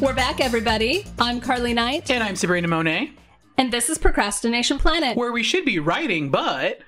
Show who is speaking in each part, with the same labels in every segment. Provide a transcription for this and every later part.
Speaker 1: We're back, everybody. I'm Carly Knight,
Speaker 2: And I'm Sabrina Monet,
Speaker 1: and this is Procrastination Planet.
Speaker 2: where we should be writing, but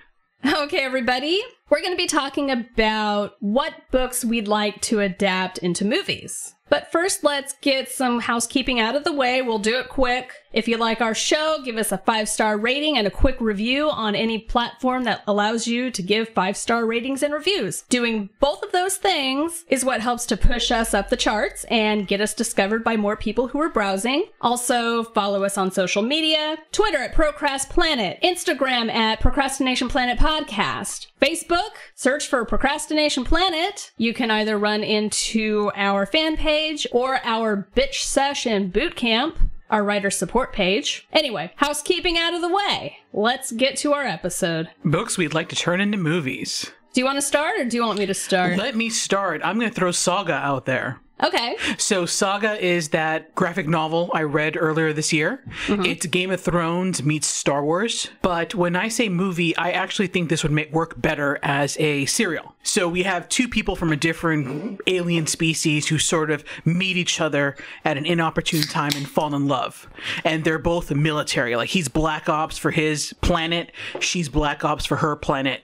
Speaker 1: Okay, everybody. We're going to be talking about what books we'd like to adapt into movies. But first, let's get some housekeeping out of the way. We'll do it quick. If you like our show, give us a five star rating and a quick review on any platform that allows you to give five star ratings and reviews. Doing both of those things is what helps to push us up the charts and get us discovered by more people who are browsing. Also, follow us on social media Twitter at Procrast Planet, Instagram at Procrastination Planet Podcast, Facebook, search for Procrastination Planet. You can either run into our fan page or our Bitch Session Bootcamp. Our writer support page. Anyway, housekeeping out of the way. Let's get to our episode.
Speaker 2: books we'd like to turn into movies.
Speaker 1: Do you want to start or do you want me to start?
Speaker 2: Let me start. I'm going to throw Saga out there.
Speaker 1: Okay.
Speaker 2: So, Saga is that graphic novel I read earlier this year. It's Game of Thrones meets Star Wars. But when I say movie, I actually think this would make, work better as a serial. So, we have two people from a different alien species who sort of meet each other at an inopportune time and fall in love. And they're both military. Like, he's Black Ops for his planet, she's Black Ops for her planet.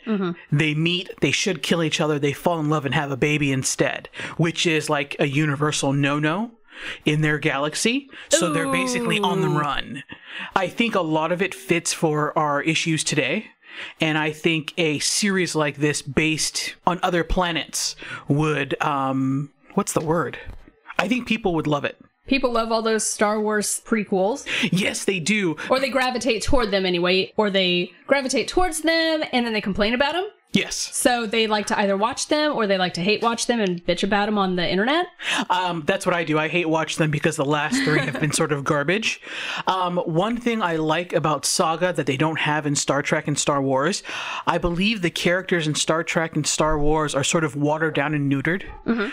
Speaker 2: They meet, they should kill each other, they fall in love and have a baby instead, which is like a universal no no in their galaxy. So they're basically on the run. I think a lot of it fits for our issues today. And I think a series like this, based on other planets, would um, what's the word? I think people would love it.
Speaker 1: People love all those Star Wars prequels,
Speaker 2: Yes, they do.
Speaker 1: or they gravitate toward them anyway, or they gravitate towards them and then they complain about them.
Speaker 2: Yes.
Speaker 1: So they like to either watch them or they like to hate watch them and bitch about them on the internet.
Speaker 2: Um, that's what I do. I hate watch them because the last three have been sort of garbage. Um, one thing I like about Saga that they don't have in Star Trek and Star Wars, I believe the characters in Star Trek and Star Wars are sort of watered down and neutered.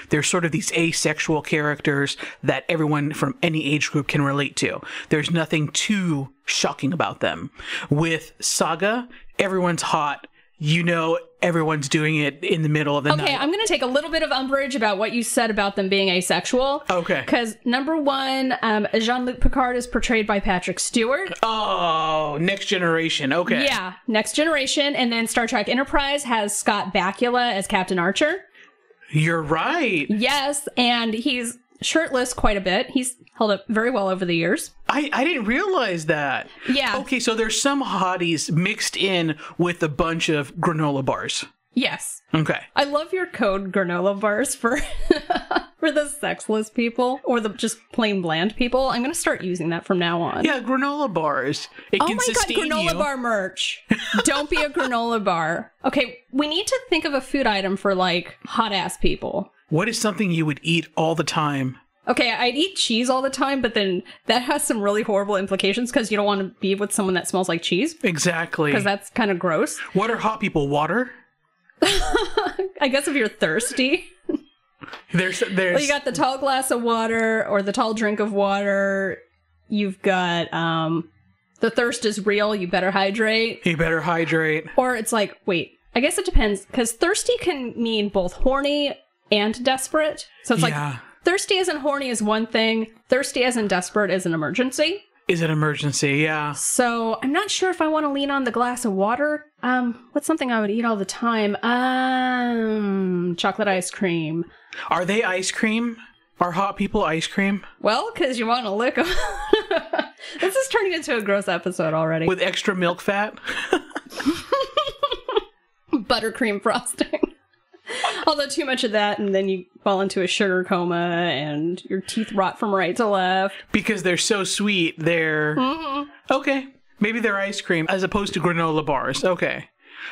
Speaker 2: They're sort of these asexual characters that everyone from any age group can relate to. There's nothing too shocking about them. With Saga, everyone's hot. You know, everyone's doing it in the middle of the
Speaker 1: Okay,
Speaker 2: night.
Speaker 1: I'm going to take a little bit of umbrage about what you said about them being asexual.
Speaker 2: Okay.
Speaker 1: Because number one, um, Jean Luc Picard is portrayed by Patrick Stewart.
Speaker 2: Oh, next generation. Okay.
Speaker 1: Yeah, Next Generation. And then Star Trek Enterprise has Scott Bakula as Captain Archer.
Speaker 2: You're right.
Speaker 1: Yes, and he's shirtless quite a bit. He's held up very well over the years.
Speaker 2: I, I didn't realize that.
Speaker 1: Yeah.
Speaker 2: Okay, so there's some hotties mixed in with a bunch of granola bars.
Speaker 1: Yes.
Speaker 2: Okay.
Speaker 1: I love your code granola bars for for the sexless people or the just plain bland people. I'm going to start using that from now on.
Speaker 2: Yeah, granola bars. It
Speaker 1: Oh
Speaker 2: can
Speaker 1: my god,
Speaker 2: sustain
Speaker 1: granola
Speaker 2: you.
Speaker 1: bar merch. Don't be a granola bar. Okay, we need to think of a food item for like hot ass people.
Speaker 2: What is something you would eat all the time?
Speaker 1: Okay, I'd eat cheese all the time, but then that has some really horrible implications because you don't want to be with someone that smells like cheese
Speaker 2: Exactly.
Speaker 1: because that's kind of gross.
Speaker 2: what are hot people? Water?
Speaker 1: I guess if you're thirsty,
Speaker 2: There's there's
Speaker 1: you got the tall glass of water or the tall drink of water. You've got um, the thirst is real. You better hydrate.
Speaker 2: you better hydrate.
Speaker 1: Or it's like, wait, I guess it depends because thirsty can mean both horny and desperate. So it's like
Speaker 2: yeah.
Speaker 1: thirsty as in horny is one thing. Thirsty as in desperate is an emergency.
Speaker 2: Is it emergency? Yeah.
Speaker 1: So I'm not sure if I want to lean on the glass of water. Um, what's something I would eat all the time? Um, chocolate ice cream.
Speaker 2: Are they ice cream? Are hot people ice cream?
Speaker 1: Well, because you want to lick 'em. this is turning into a gross episode already.
Speaker 2: With extra milk fat?
Speaker 1: buttercream frosting. Although too much of that, and then you fall into a sugar coma, and your teeth rot from right to left.
Speaker 2: because they're so sweet, they're okay. Maybe they're ice cream as opposed to granola bars. Okay,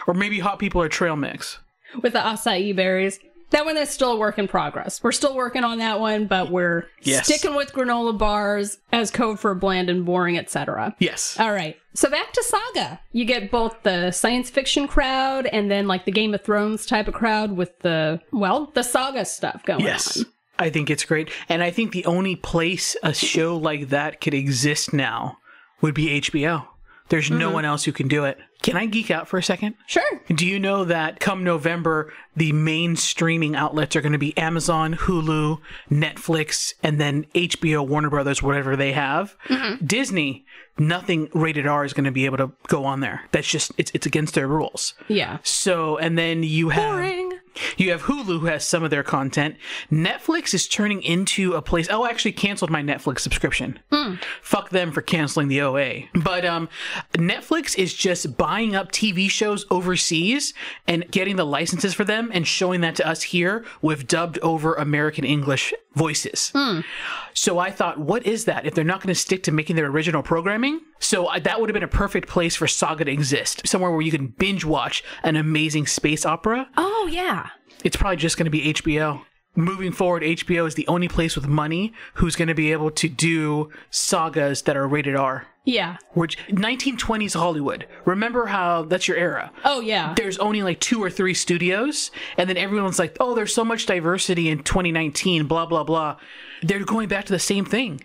Speaker 2: or maybe hot people are trail mix.
Speaker 1: With the acai berries. That one is still a work in progress. We're still working on that one, but we're
Speaker 2: Yes.
Speaker 1: sticking with granola bars as code for bland and boring, etc.
Speaker 2: Yes,
Speaker 1: All right. So back to Saga. You get both the science fiction crowd and then like the Game of Thrones type of crowd with the well, the Saga stuff going
Speaker 2: yes.
Speaker 1: on.
Speaker 2: I think it's great, and I think the only place a show like that could exist now would be HBO There's no one else who can do it. Can I geek out for a second?
Speaker 1: Sure.
Speaker 2: Do you know that come November, the main streaming outlets are going to be Amazon, Hulu, Netflix, and then HBO, Warner Brothers, whatever they have. Disney, nothing rated R is going to be able to go on there. That's just it's it's against their rules.
Speaker 1: Yeah.
Speaker 2: So, and then you have
Speaker 1: Boring.
Speaker 2: you have Hulu who has some of their content. Netflix is turning into a place. Oh, I actually canceled my Netflix subscription. Fuck them for canceling the OA. But um, Netflix is just buying up TV shows overseas and getting the licenses for them and showing that to us here with dubbed over American English voices. So I thought, what is that if they're not going to stick to making their original programming? So I, that would have been a perfect place for Saga to exist, somewhere where you can binge watch an amazing space opera
Speaker 1: Oh yeah.
Speaker 2: it's probably just going to be HBO. Moving forward, HBO is the only place with money who's going to be able to do sagas that are rated R.
Speaker 1: Yeah.
Speaker 2: Which 1920s Hollywood. Remember how that's your era.
Speaker 1: Oh yeah.
Speaker 2: There's only like two or three studios, and then everyone's like, "Oh, there's so much diversity in 2019." Blah blah blah. They're going back to the same thing.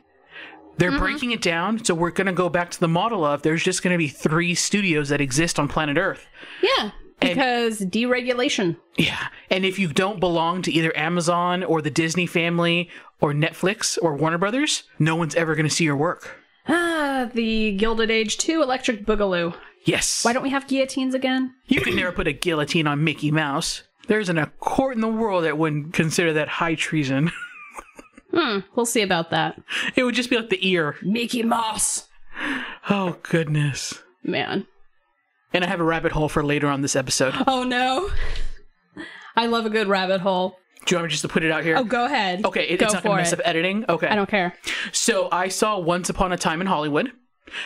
Speaker 2: They're breaking it down, so we're going to go back to the model of there's just going to be three studios that exist on planet Earth.
Speaker 1: Yeah. Because deregulation.
Speaker 2: Yeah. And if you don't belong to either Amazon or the Disney family or Netflix or Warner Brothers, no one's ever going to see your work.
Speaker 1: Ah, the Gilded Age 2 Electric Boogaloo.
Speaker 2: Yes.
Speaker 1: Why don't we have guillotines again?
Speaker 2: you can never put a guillotine on Mickey Mouse. There isn't a court in the world that wouldn't consider that high treason.
Speaker 1: We'll see about that.
Speaker 2: it would just be like the ear.
Speaker 1: Mickey Mouse.
Speaker 2: Oh, goodness.
Speaker 1: Man.
Speaker 2: And I have a rabbit hole for later on this episode. Do
Speaker 1: Oh no. I love a good rabbit hole.
Speaker 2: you want me just to put it out here?
Speaker 1: Oh, go ahead.
Speaker 2: Okay, it,
Speaker 1: go
Speaker 2: it's not going
Speaker 1: for
Speaker 2: to mess
Speaker 1: it.
Speaker 2: up editing. Okay.
Speaker 1: I don't care.
Speaker 2: So I saw Once Upon a Time in Hollywood.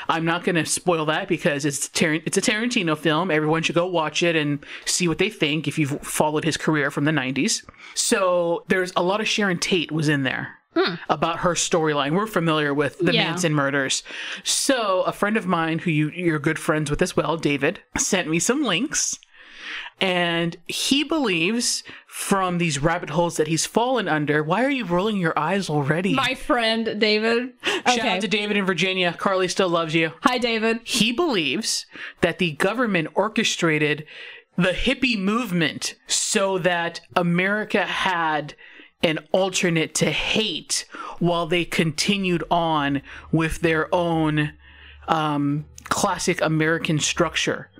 Speaker 2: I'm not going to spoil that because it's Tar- it's a Tarantino film. Everyone should go watch it and see what they think if you've followed his career from the 90s. So there's a lot of Sharon Tate was in there. About her storyline, we're familiar with the
Speaker 1: Hmm. Yeah.
Speaker 2: Manson murders. So, a friend of mine who you, you're good friends with as well, David, sent me some links, and he believes from these rabbit holes that he's fallen under. Why are you rolling your eyes already?
Speaker 1: My friend David.
Speaker 2: Shout
Speaker 1: Okay.
Speaker 2: out to David in Virginia. Carly still loves you.
Speaker 1: Hi David.
Speaker 2: He believes that the government orchestrated the hippie movement so that America had an alternate to hate while they continued on with their own um, classic American structure.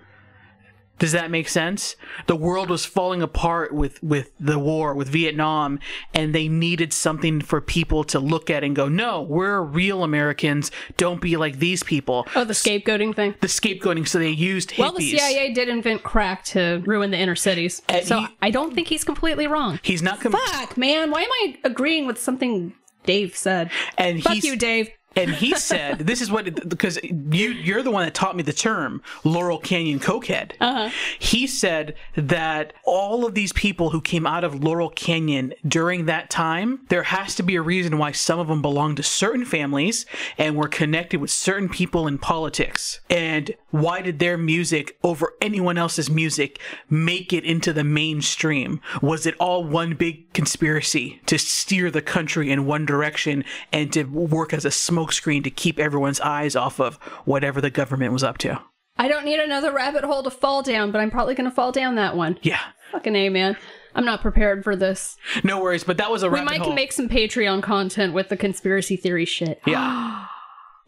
Speaker 2: Does that make sense? The world was falling apart with, with the war, with Vietnam, and they needed something for people to look at and go, no, we're real Americans. Don't be like these people
Speaker 1: Oh, the scapegoating thing.
Speaker 2: the scapegoating, so they used hippies.
Speaker 1: Well, the CIA did invent crack to ruin the inner cities.
Speaker 2: And
Speaker 1: so
Speaker 2: Uh, he-
Speaker 1: I don't think he's completely wrong.
Speaker 2: He's not com-
Speaker 1: Fuck, man. Why am I agreeing with something Dave said?
Speaker 2: and
Speaker 1: Fuck
Speaker 2: he's
Speaker 1: you, Dave.
Speaker 2: and he said this is what because you you're the one that taught me the term Laurel Canyon cokehead. Uh-huh. He said that all of these people who came out of Laurel Canyon during that time, there has to be a reason why some of them belonged to certain families and were connected with certain people in politics. And why did their music over anyone else's music make it into the mainstream? Was it all one big conspiracy to steer the country in one direction and to work as a smokescreen to keep everyone's eyes off of whatever the government was up to?
Speaker 1: I don't need another rabbit hole to fall down, but I'm probably going to fall down that one.
Speaker 2: Yeah.
Speaker 1: Fucking A, man. I'm not prepared for this.
Speaker 2: No worries, but that was a
Speaker 1: We
Speaker 2: rabbit
Speaker 1: might
Speaker 2: hole.
Speaker 1: can make some Patreon content with the conspiracy theory shit.
Speaker 2: yeah.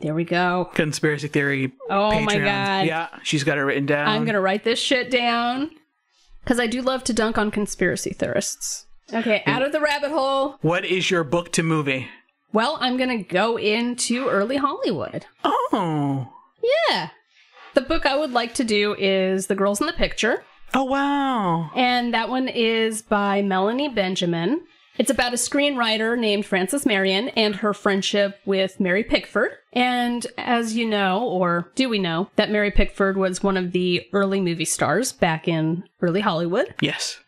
Speaker 1: There we go.
Speaker 2: Conspiracy theory.
Speaker 1: Oh my
Speaker 2: Patreon.
Speaker 1: God.
Speaker 2: Yeah, she's got it written down.
Speaker 1: I'm going to write this shit down because Um, I do love to dunk on conspiracy theorists. Mm. Okay, out of the rabbit hole.
Speaker 2: What is your book to movie?
Speaker 1: Well, I'm going to go into early Hollywood.
Speaker 2: Oh.
Speaker 1: Yeah. The book I would like to do is The Girls in the Picture,
Speaker 2: Oh wow.
Speaker 1: and that one is by Melanie Benjamin. It's about a screenwriter named Frances Marion and her friendship with Mary Pickford. And as you know, or do we know, that Mary Pickford was one of the early movie stars back in early Hollywood.
Speaker 2: Yes.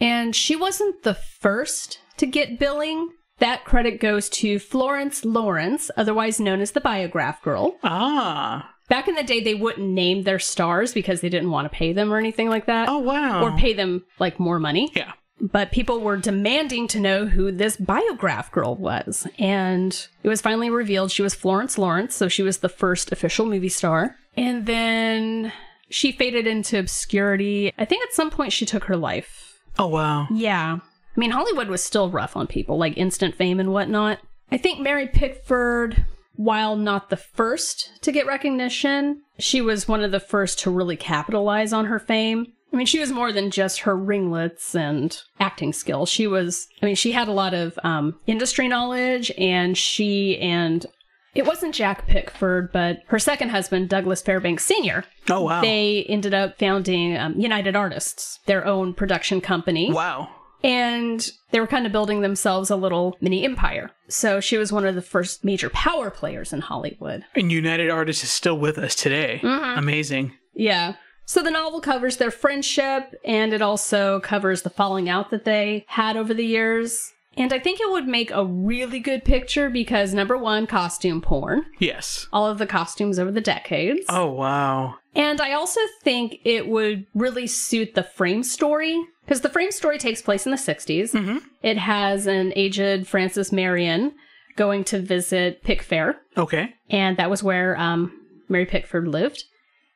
Speaker 1: And she wasn't the first to get billing. That credit goes to Florence Lawrence, otherwise known as the Biograph Girl.
Speaker 2: Ah.
Speaker 1: Back in the day, they wouldn't name their stars because they didn't want to pay them or anything like that,
Speaker 2: Oh wow.
Speaker 1: or pay them like more money.
Speaker 2: Yeah.
Speaker 1: but people were demanding to know who this biograph girl was. And it was finally revealed she was Florence Lawrence, so she was the first official movie star. And then she faded into obscurity. I think at some point she took her life.
Speaker 2: Oh, wow.
Speaker 1: Yeah. I mean, Hollywood was still rough on people, like instant fame and whatnot. I think Mary Pickford, while not the first to get recognition, she was one of the first to really capitalize on her fame. I mean, she was more than just her ringlets and acting skills. She was, I mean, she had a lot of um, industry knowledge, and she and it wasn't Jack Pickford, but her second husband, Douglas Fairbanks Sr.,
Speaker 2: Oh, wow.
Speaker 1: they ended up founding um, United Artists, their own production company
Speaker 2: wow.
Speaker 1: and they were kind of building themselves a little mini empire. So she was one of the first major power players in Hollywood.
Speaker 2: And United Artists is still with us today.
Speaker 1: Mm-hmm.
Speaker 2: Amazing.
Speaker 1: Yeah. So the novel covers their friendship and it also covers the falling out that they had over the years. And I think it would make a really good picture because number one, costume porn,
Speaker 2: Yes.
Speaker 1: all of the costumes over the decades.
Speaker 2: Oh, wow.
Speaker 1: And I also think it would really suit the frame story because the frame story takes place in the 60s. It has an aged Frances Marion going to visit Pickfair,
Speaker 2: Okay.
Speaker 1: and that was where um, Mary Pickford lived.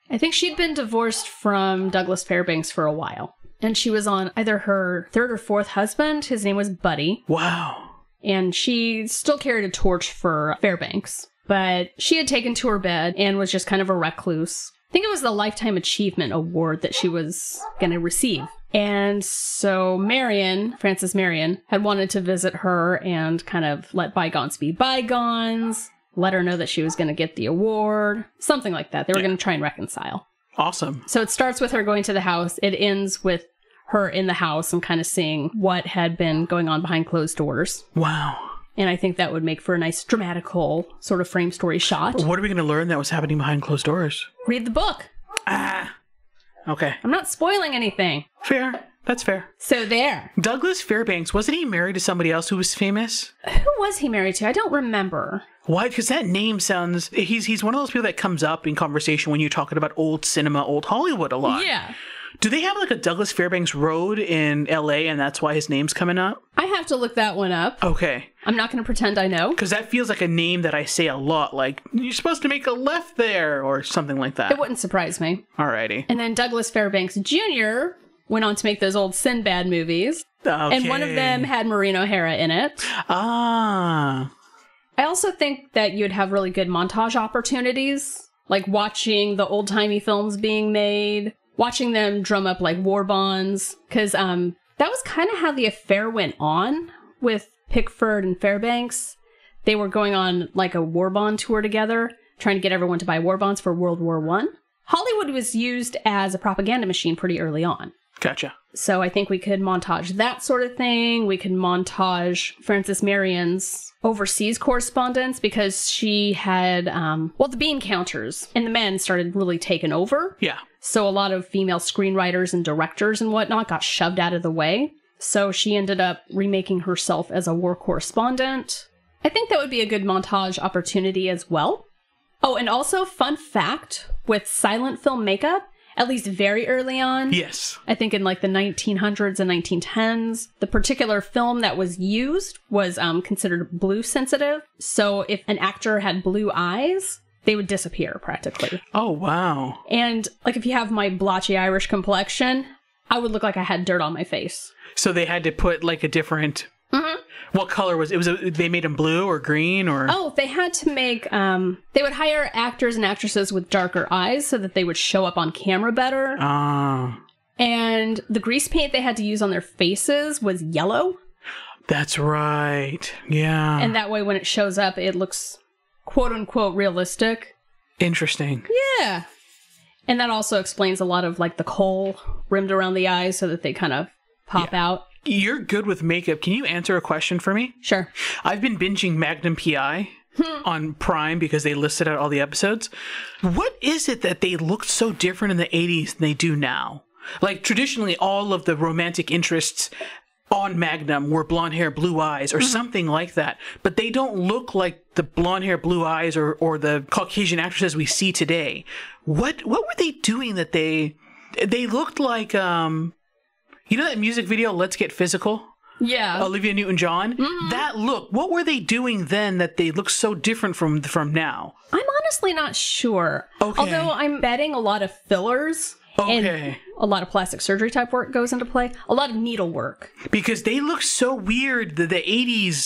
Speaker 1: I think she'd been divorced from Douglas Fairbanks for a while, and she was on either her third or fourth husband. His name was Buddy,
Speaker 2: Wow.
Speaker 1: and she still carried a torch for Fairbanks, but she had taken to her bed and was just kind of a recluse. I think it was the Lifetime Achievement Award that she was going to receive. And so Marion, Frances Marion, had wanted to visit her and kind of let bygones be bygones, let her know that she was going to get the award, something like that. They were going to try and reconcile.
Speaker 2: Awesome.
Speaker 1: So it starts with her going to the house. It ends with her in the house and kind of seeing what had been going on behind closed doors.
Speaker 2: Wow.
Speaker 1: And I think that would make for a nice dramatical sort of frame story shot.
Speaker 2: What are we going to learn that was happening behind closed doors?
Speaker 1: Read the book.
Speaker 2: Ah. Okay.
Speaker 1: I'm not spoiling anything.
Speaker 2: Fair. That's fair.
Speaker 1: So there.
Speaker 2: Douglas Fairbanks, wasn't he married to somebody else who was famous?
Speaker 1: Who was he married to? I don't remember.
Speaker 2: Why? Because that name sounds. He's he's one of those people that comes up in conversation when you're talking about old cinema, old Hollywood a lot.
Speaker 1: Yeah.
Speaker 2: Do they have like a Douglas Fairbanks Road in L.A. and that's why his name's coming up?
Speaker 1: I have to look that one up.
Speaker 2: Okay,
Speaker 1: I'm not going to pretend I know.
Speaker 2: because that feels like a name that I say a lot. Like you're supposed to make a left there or something like that.
Speaker 1: It wouldn't surprise me.
Speaker 2: Alrighty.
Speaker 1: And then Douglas Fairbanks Jr. went on to make those old Sinbad movies,
Speaker 2: Okay.
Speaker 1: and one of them had Maureen O'Hara in it.
Speaker 2: Ah.
Speaker 1: I also think that you'd have really good montage opportunities, like watching the old timey films being made, watching them drum up like war bonds, because um, that was kind of how the affair went on with Pickford and Fairbanks. They were going on like a war bond tour together, trying to get everyone to buy war bonds for World War One. Hollywood was used as a propaganda machine pretty early on.
Speaker 2: Gotcha.
Speaker 1: So I think we could montage that sort of thing. We could montage Frances Marion's overseas correspondence because she had, um, well, the bean counters and the men started really taking over.
Speaker 2: Yeah.
Speaker 1: So a lot of female screenwriters and directors and whatnot got shoved out of the way. So she ended up remaking herself as a war correspondent. I think that would be a good montage opportunity as well. Oh, and also, fun fact with silent film makeup, at least very early on,
Speaker 2: Yes.
Speaker 1: I think in like the 1900s and 1910s, the particular film that was used was um, considered blue sensitive. So if an actor had blue eyes, they would disappear practically.
Speaker 2: Oh wow.
Speaker 1: And like if you have my blotchy Irish complexion, I would look like I had dirt on my face.
Speaker 2: So they had to put like a different.
Speaker 1: Mhm.
Speaker 2: What color was it? Was a, they made him blue or green or?
Speaker 1: Oh, they had to make, um, they would hire actors and actresses with darker eyes so that they would show up on camera better.
Speaker 2: Ah,
Speaker 1: And the grease paint they had to use on their faces was yellow.
Speaker 2: that's right. Yeah.
Speaker 1: and that way when it shows up it looks quote unquote realistic
Speaker 2: Interesting.
Speaker 1: yeah and that also explains a lot of like the coal rimmed around the eyes so that they kind of pop out
Speaker 2: You're good with makeup. Can you answer a question for me?
Speaker 1: sure
Speaker 2: I've been binging Magnum PI on Prime because they listed out all the episodes. What is it that they looked so different in the 80s than they do now? Like traditionally all of the romantic interests on Magnum were blonde hair, blue eyes or something like that, but they don't look like the blonde hair, blue eyes or or the Caucasian actresses we see today. What what were they doing that they they looked like um You know that music video, Let's Get Physical?
Speaker 1: Yeah.
Speaker 2: Olivia Newton John?
Speaker 1: Mm-hmm.
Speaker 2: That look, what were they doing then that they look so different from from now?
Speaker 1: I'm honestly not sure.
Speaker 2: Okay.
Speaker 1: Although I'm betting a lot of fillers and
Speaker 2: Okay.
Speaker 1: a lot of plastic surgery type work goes into play, a lot of needle work.
Speaker 2: Because they look so weird, the, the 80s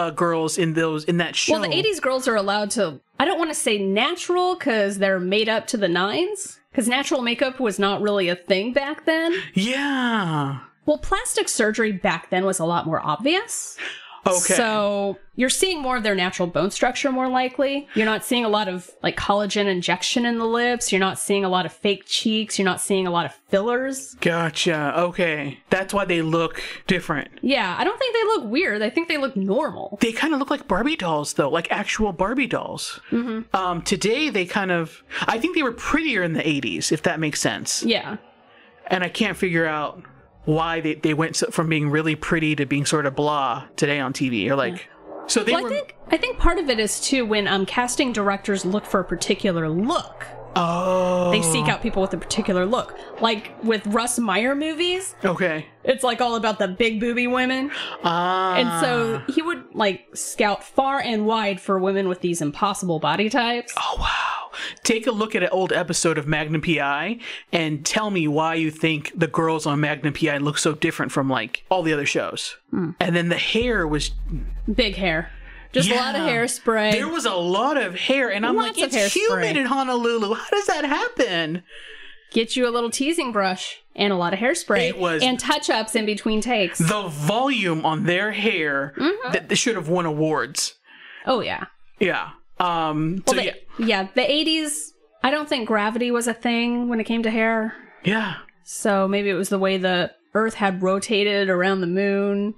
Speaker 2: uh, girls in those in that show.
Speaker 1: Well, the 80s girls are allowed to, I don't want to say natural because they're made up to the nines, because natural makeup was not really a thing back then.
Speaker 2: Yeah.
Speaker 1: Well, plastic surgery back then was a lot more obvious.
Speaker 2: Okay.
Speaker 1: So you're seeing more of their natural bone structure, more likely. You're not seeing a lot of like collagen injection in the lips. You're not seeing a lot of fake cheeks. You're not seeing a lot of fillers.
Speaker 2: Gotcha. Okay. That's why they look different.
Speaker 1: Yeah, I don't think they look weird. I think they look normal.
Speaker 2: They kind of look like Barbie dolls, though, like actual Barbie dolls. Mm-hmm. Um, today, they kind of. I think they were prettier in the 80s, if that makes sense.
Speaker 1: Yeah.
Speaker 2: And I can't figure out why they, they went so, from being really pretty to being sort of blah today on TV. Or like. So they
Speaker 1: Well,
Speaker 2: were.
Speaker 1: I think I think part of it is too when um, casting directors look for a particular look,
Speaker 2: oh.
Speaker 1: they seek out people with a particular look. Like with Russ Meyer movies,
Speaker 2: Okay.
Speaker 1: it's like all about the big booby women.
Speaker 2: Ah.
Speaker 1: And so he would like scout far and wide for women with these impossible body types.
Speaker 2: Oh, wow. Take a look at an old episode of Magnum PI and tell me why you think the girls on Magnum PI look so different from like all the other shows.
Speaker 1: Hmm.
Speaker 2: And then the hair was
Speaker 1: Big hair. Just a lot of
Speaker 2: Yeah.
Speaker 1: hairspray.
Speaker 2: there was a lot of hair and I'm
Speaker 1: Lots
Speaker 2: like
Speaker 1: of
Speaker 2: it's
Speaker 1: hairspray.
Speaker 2: humid in Honolulu. How does that happen?
Speaker 1: Get you a little teasing brush and a lot of hairspray.
Speaker 2: It was-
Speaker 1: and touch ups in between takes.
Speaker 2: The volume on their hair
Speaker 1: Mm-hmm.
Speaker 2: that they should have won awards.
Speaker 1: oh yeah.
Speaker 2: Yeah. Um so
Speaker 1: Well,
Speaker 2: yeah.
Speaker 1: the- yeah, the 80s, I don't think gravity was a thing when it came to hair.
Speaker 2: Yeah.
Speaker 1: So maybe it was the way the Earth had rotated around the moon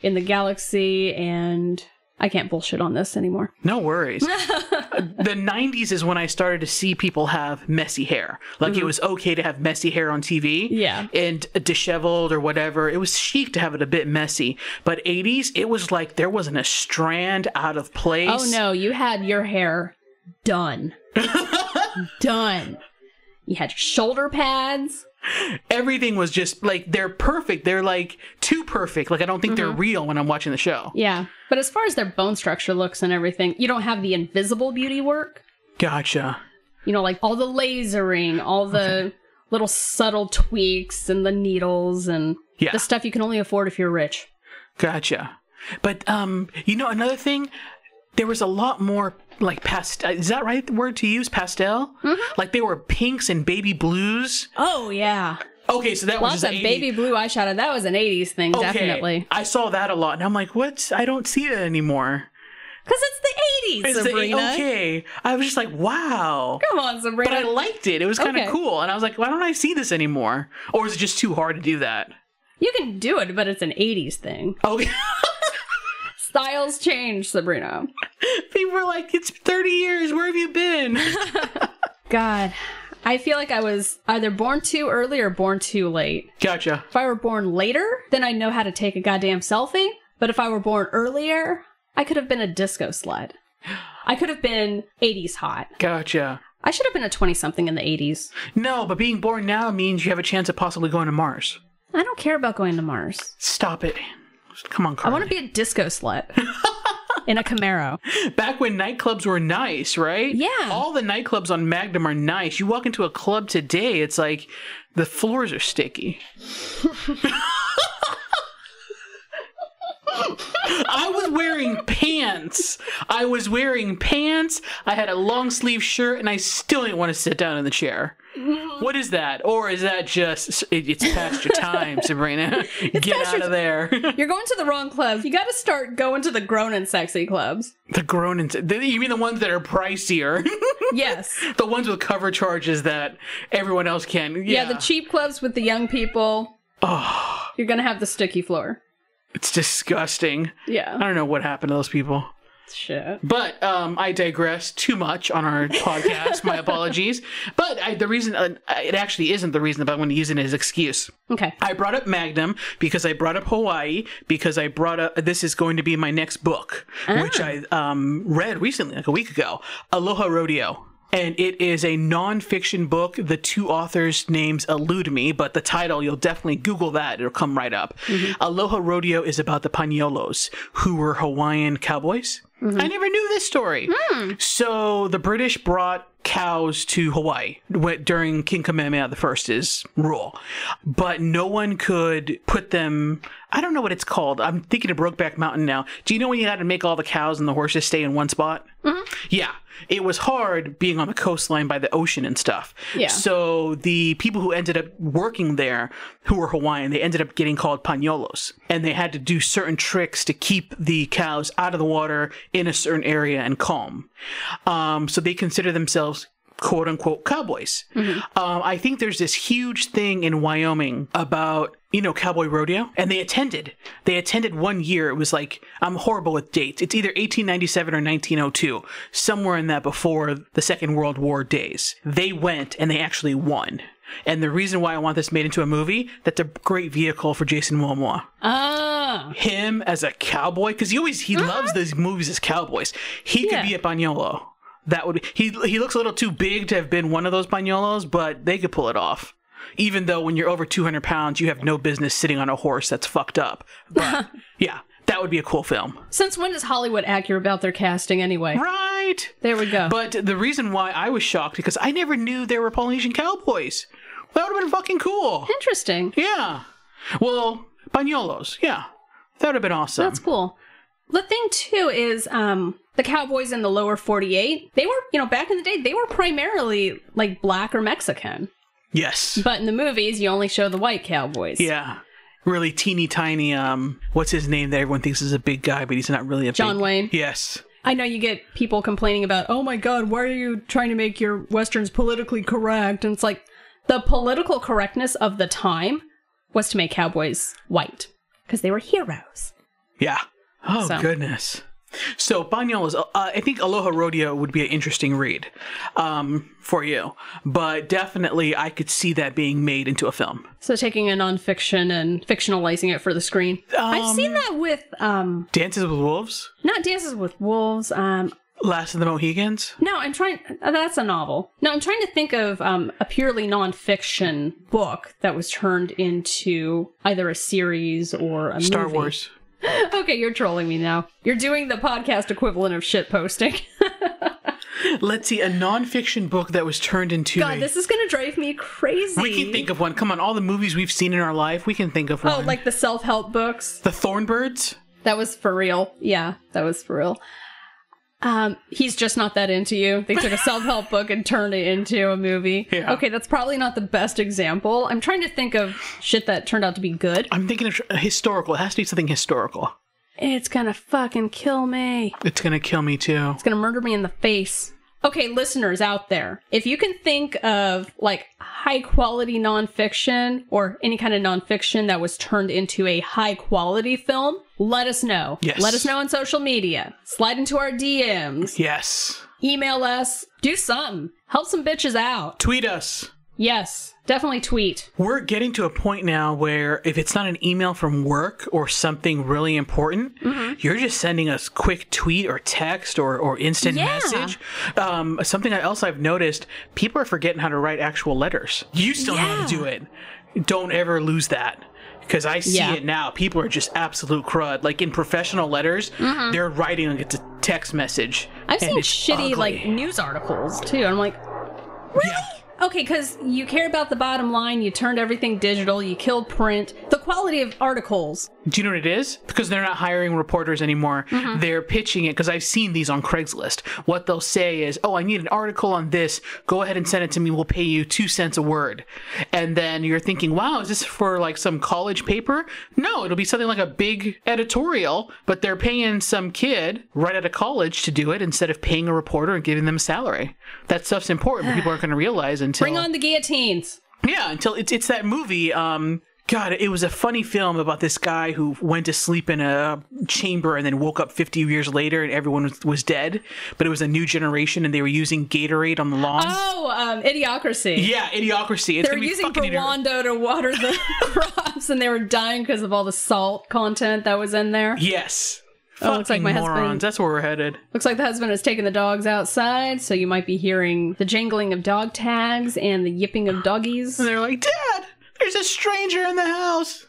Speaker 1: in the galaxy, and I can't bullshit on this anymore.
Speaker 2: No worries. the 90s is when I started to see people have messy hair. Like it was okay to have messy hair on TV.
Speaker 1: Mm-hmm. Yeah.
Speaker 2: And disheveled or whatever. It was chic to have it a bit messy. But 80s, it was like there wasn't a strand out of place.
Speaker 1: Oh no, you had your hair done. done. You had your shoulder pads.
Speaker 2: Everything was just like they're perfect. They're like too perfect. Like I don't think they're real when I'm watching the show.
Speaker 1: Mm-hmm. Yeah. But as far as their bone structure looks and everything, you don't have the invisible beauty work.
Speaker 2: Gotcha.
Speaker 1: You know, like all the lasering, all the little subtle tweaks and the needles and
Speaker 2: Yeah.
Speaker 1: the stuff you can only afford if you're rich.
Speaker 2: Gotcha. But um, you know another thing, there was a lot more like pastel. Is that right the word to use? Pastel.
Speaker 1: Mm-hmm.
Speaker 2: Like there were pinks and baby blues.
Speaker 1: Oh yeah.
Speaker 2: Okay, so that was
Speaker 1: Lots
Speaker 2: just
Speaker 1: of
Speaker 2: 80
Speaker 1: baby blue eyeshadow. That was an 80s thing,
Speaker 2: Okay,
Speaker 1: definitely.
Speaker 2: I saw that a lot, and I'm like, what? I don't see that anymore.
Speaker 1: Because it's the 80s,
Speaker 2: It's the-
Speaker 1: Sabrina.
Speaker 2: okay. I was just like, wow.
Speaker 1: Come on, Sabrina.
Speaker 2: But I liked it. It was kind of
Speaker 1: Okay.
Speaker 2: cool, and I was like, why don't I see this anymore? Or is it just too hard to do that?
Speaker 1: you can do it, but it's an 80s thing.
Speaker 2: Okay,
Speaker 1: Styles change, Sabrina.
Speaker 2: people were like, it's 30 years. Where have you been?
Speaker 1: God, I feel like I was either born too early or born too late.
Speaker 2: gotcha.
Speaker 1: If I were born later, then I'd know how to take a goddamn selfie. But if I were born earlier, I could have been a disco sled. I could have been 80s hot.
Speaker 2: Gotcha.
Speaker 1: I should have been a 20 something in the 80s.
Speaker 2: No, but being born now means you have a chance of possibly going to Mars.
Speaker 1: I don't care about going to Mars.
Speaker 2: Stop it. Come on,
Speaker 1: I
Speaker 2: Carly.
Speaker 1: want to be a disco sled in a Camaro.
Speaker 2: Back when nightclubs were nice, right?
Speaker 1: Yeah.
Speaker 2: All the nightclubs on Magnum are nice. You walk into a club today, it's like the floors are sticky. I was wearing pants. I was wearing pants. I had a long sleeve shirt, and I still didn't want to sit down in the chair. What is that? Or is that just it, it's past your time, Sabrina? Get out of there.
Speaker 1: You're going to the wrong club. You got to start going to the grown and sexy clubs.
Speaker 2: the grown and you mean the ones that are pricier.
Speaker 1: Yes.
Speaker 2: the ones with cover charges that everyone else can. Yeah,
Speaker 1: Yeah, the cheap clubs with the young people.
Speaker 2: oh,
Speaker 1: You're gonna have the sticky floor.
Speaker 2: it's disgusting. I
Speaker 1: Yeah.
Speaker 2: don't know what happened to those people.
Speaker 1: Shit.
Speaker 2: But um, I digress too much on our podcast. My apologies. But I, the reason uh, it actually isn't the reason, but I'm going to use it as excuse.
Speaker 1: Okay.
Speaker 2: I brought up Magnum because I brought up Hawaii because I brought up this is going to be my next book, which I um, read recently, like a week ago. Aloha Rodeo. and it is a nonfiction book. The two authors' names elude me, but the title, you'll definitely Google that. It'll come right up. Aloha Rodeo is about the Panolos, who were Hawaiian cowboys. I never knew this story. So the British brought cows to Hawaii wh- during King Kamehameha the I's rule, but no one could put them. I don't know what it's called. I'm thinking of Brokeback Mountain now. Do you know when you had to make all the cows and the horses stay in one spot? Yeah, it was hard being on the coastline by the ocean and stuff.
Speaker 1: Yeah.
Speaker 2: So the people who ended up working there, who were Hawaiian, they ended up getting called panolos, and they had to do certain tricks to keep the cows out of the water in a certain area and calm. Um, so they consider themselves quote unquote cowboys. Um, I think there's this huge thing in Wyoming about you know cowboy rodeo, and they attended. They attended one year. It was like I'm horrible with dates. It's either 1897 or 1902, somewhere in that before the Second World War days. They went and they actually won. And the reason why I want this made into a movie, that's a great vehicle for Jason Momoa Ah.
Speaker 1: Oh,
Speaker 2: him as a cowboy because he always he loves those movies as cowboys. He
Speaker 1: Mm-hmm. Yeah.
Speaker 2: could be a Bagnolo. That would be, he he looks a little too big to have been one of those Bagnolos, but they could pull it off. Even though when you're over 200 pounds, you have no business sitting on a horse that's fucked up. But yeah, that would be a cool film,
Speaker 1: since when is Hollywood accurate about their casting anyway?
Speaker 2: right?
Speaker 1: There we go.
Speaker 2: But the reason why I was shocked because I never knew there were Polynesian cowboys. That would have been fucking cool.
Speaker 1: Interesting.
Speaker 2: Yeah. Well, Bagnolos. Yeah, that would have been awesome.
Speaker 1: That's cool. The thing too is um the cowboys in the lower 48, they were, you know, back in the day, they were primarily like black or Mexican.
Speaker 2: yes.
Speaker 1: But in the movies, you only show the white cowboys.
Speaker 2: Yeah. Really teeny tiny, um, what's his name that everyone thinks is a big guy, but he's not really a
Speaker 1: John
Speaker 2: big...
Speaker 1: Wayne.
Speaker 2: Yes.
Speaker 1: I know you get people complaining about, "Oh my god, why are you trying to make your westerns politically correct?" And it's like the political correctness of the time was to make cowboys white because they were heroes.
Speaker 2: Yeah. Oh,
Speaker 1: So.
Speaker 2: goodness. So, Banyola's, uh, I think Aloha Rodeo would be an interesting read um, for you, but definitely I could see that being made into a film.
Speaker 1: So taking a nonfiction and fictionalizing it for the screen. I've seen that with um
Speaker 2: Dances with Wolves?
Speaker 1: not Dances with Wolves. Um,
Speaker 2: Last of the Mohegans?
Speaker 1: no, I'm trying. uh, That's a novel. No, I'm trying to think of um, a purely nonfiction book that was turned into either a series or a
Speaker 2: Star
Speaker 1: movie.
Speaker 2: Wars.
Speaker 1: Okay, you're trolling me now. You're doing the podcast equivalent of shit posting.
Speaker 2: Let's see, a nonfiction book that was turned into a...
Speaker 1: God, this is gonna drive me crazy.
Speaker 2: we can think of one. Come on, all the movies we've seen in our life, we can think of one.
Speaker 1: Oh, like the self help books.
Speaker 2: The Thornbirds?
Speaker 1: That was for real. Yeah, that was for real. Um, he's just not that into you. They took a self help book and turned it into a movie.
Speaker 2: Yeah.
Speaker 1: Okay, that's probably not the best example. I'm trying to think of shit that turned out to be good.
Speaker 2: I'm thinking of tr- historical. It has to be something historical.
Speaker 1: It's gonna fucking kill me.
Speaker 2: It's gonna kill me too.
Speaker 1: It's going to murder me in the face. Okay, listeners out there, if you can think of like high quality nonfiction or any kind of nonfiction that was turned into a high quality film, let us know.
Speaker 2: Yes.
Speaker 1: Let us know on social media. Slide into our DMs,
Speaker 2: Yes.
Speaker 1: email us, do something. Help some bitches out.
Speaker 2: Tweet us.
Speaker 1: Yes, definitely tweet.
Speaker 2: We're getting to a point now where if it's not an email from work or something really important,
Speaker 1: Mm-hmm.
Speaker 2: you're just sending us quick tweet or text or, or instant
Speaker 1: Yeah.
Speaker 2: message. Um, something else I've noticed people are forgetting how to write actual letters. You still know how to
Speaker 1: Yeah.
Speaker 2: do it. Don't ever lose that. Because I see
Speaker 1: Yeah.
Speaker 2: it now. People are just absolute crud. Like in professional letters, they're writing like it's a text message.
Speaker 1: Mm-hmm. I've
Speaker 2: and
Speaker 1: seen
Speaker 2: it's
Speaker 1: shitty
Speaker 2: ugly.
Speaker 1: like news articles too. I'm like, really? Okay, because you care about the bottom line, you turned everything digital, you killed print. The quality of articles
Speaker 2: Do you know what it is? Because they're not hiring reporters anymore.
Speaker 1: Mm-hmm.
Speaker 2: They're pitching it because I've seen these on Craigslist. What they'll say is, "Oh, I need an article on this. Go ahead and send it to me. We'll pay you 2 cents a word." And then you're thinking, "Wow, is this for like some college paper?" No, it'll be something like a big editorial, but they're paying some kid right out of college to do it instead of paying a reporter and giving them a salary. That stuff's important, but people aren't going to realize until
Speaker 1: Bring on the guillotines.
Speaker 2: yeah, until it's it's that movie. Um, God, it was a funny film about this guy who went to sleep in a chamber and then woke up 50 years later and everyone was, was dead. But it was a new generation and they were using Gatorade on the lawn.
Speaker 1: Oh, um, idiocracy.
Speaker 2: yeah, Idiocracy. It's
Speaker 1: they
Speaker 2: gonna
Speaker 1: were
Speaker 2: be
Speaker 1: using
Speaker 2: fucking idiocracy.
Speaker 1: Burwando to water the crops, and they were dying because of all the salt content that was in there.
Speaker 2: Yes.
Speaker 1: Oh, looks like my
Speaker 2: morons.
Speaker 1: husband.
Speaker 2: That's where we're headed.
Speaker 1: Looks like the husband has taken the dogs outside, so you might be hearing the jangling of dog tags and the yipping of doggies.
Speaker 2: And they're like, Dad, there's a stranger in the house.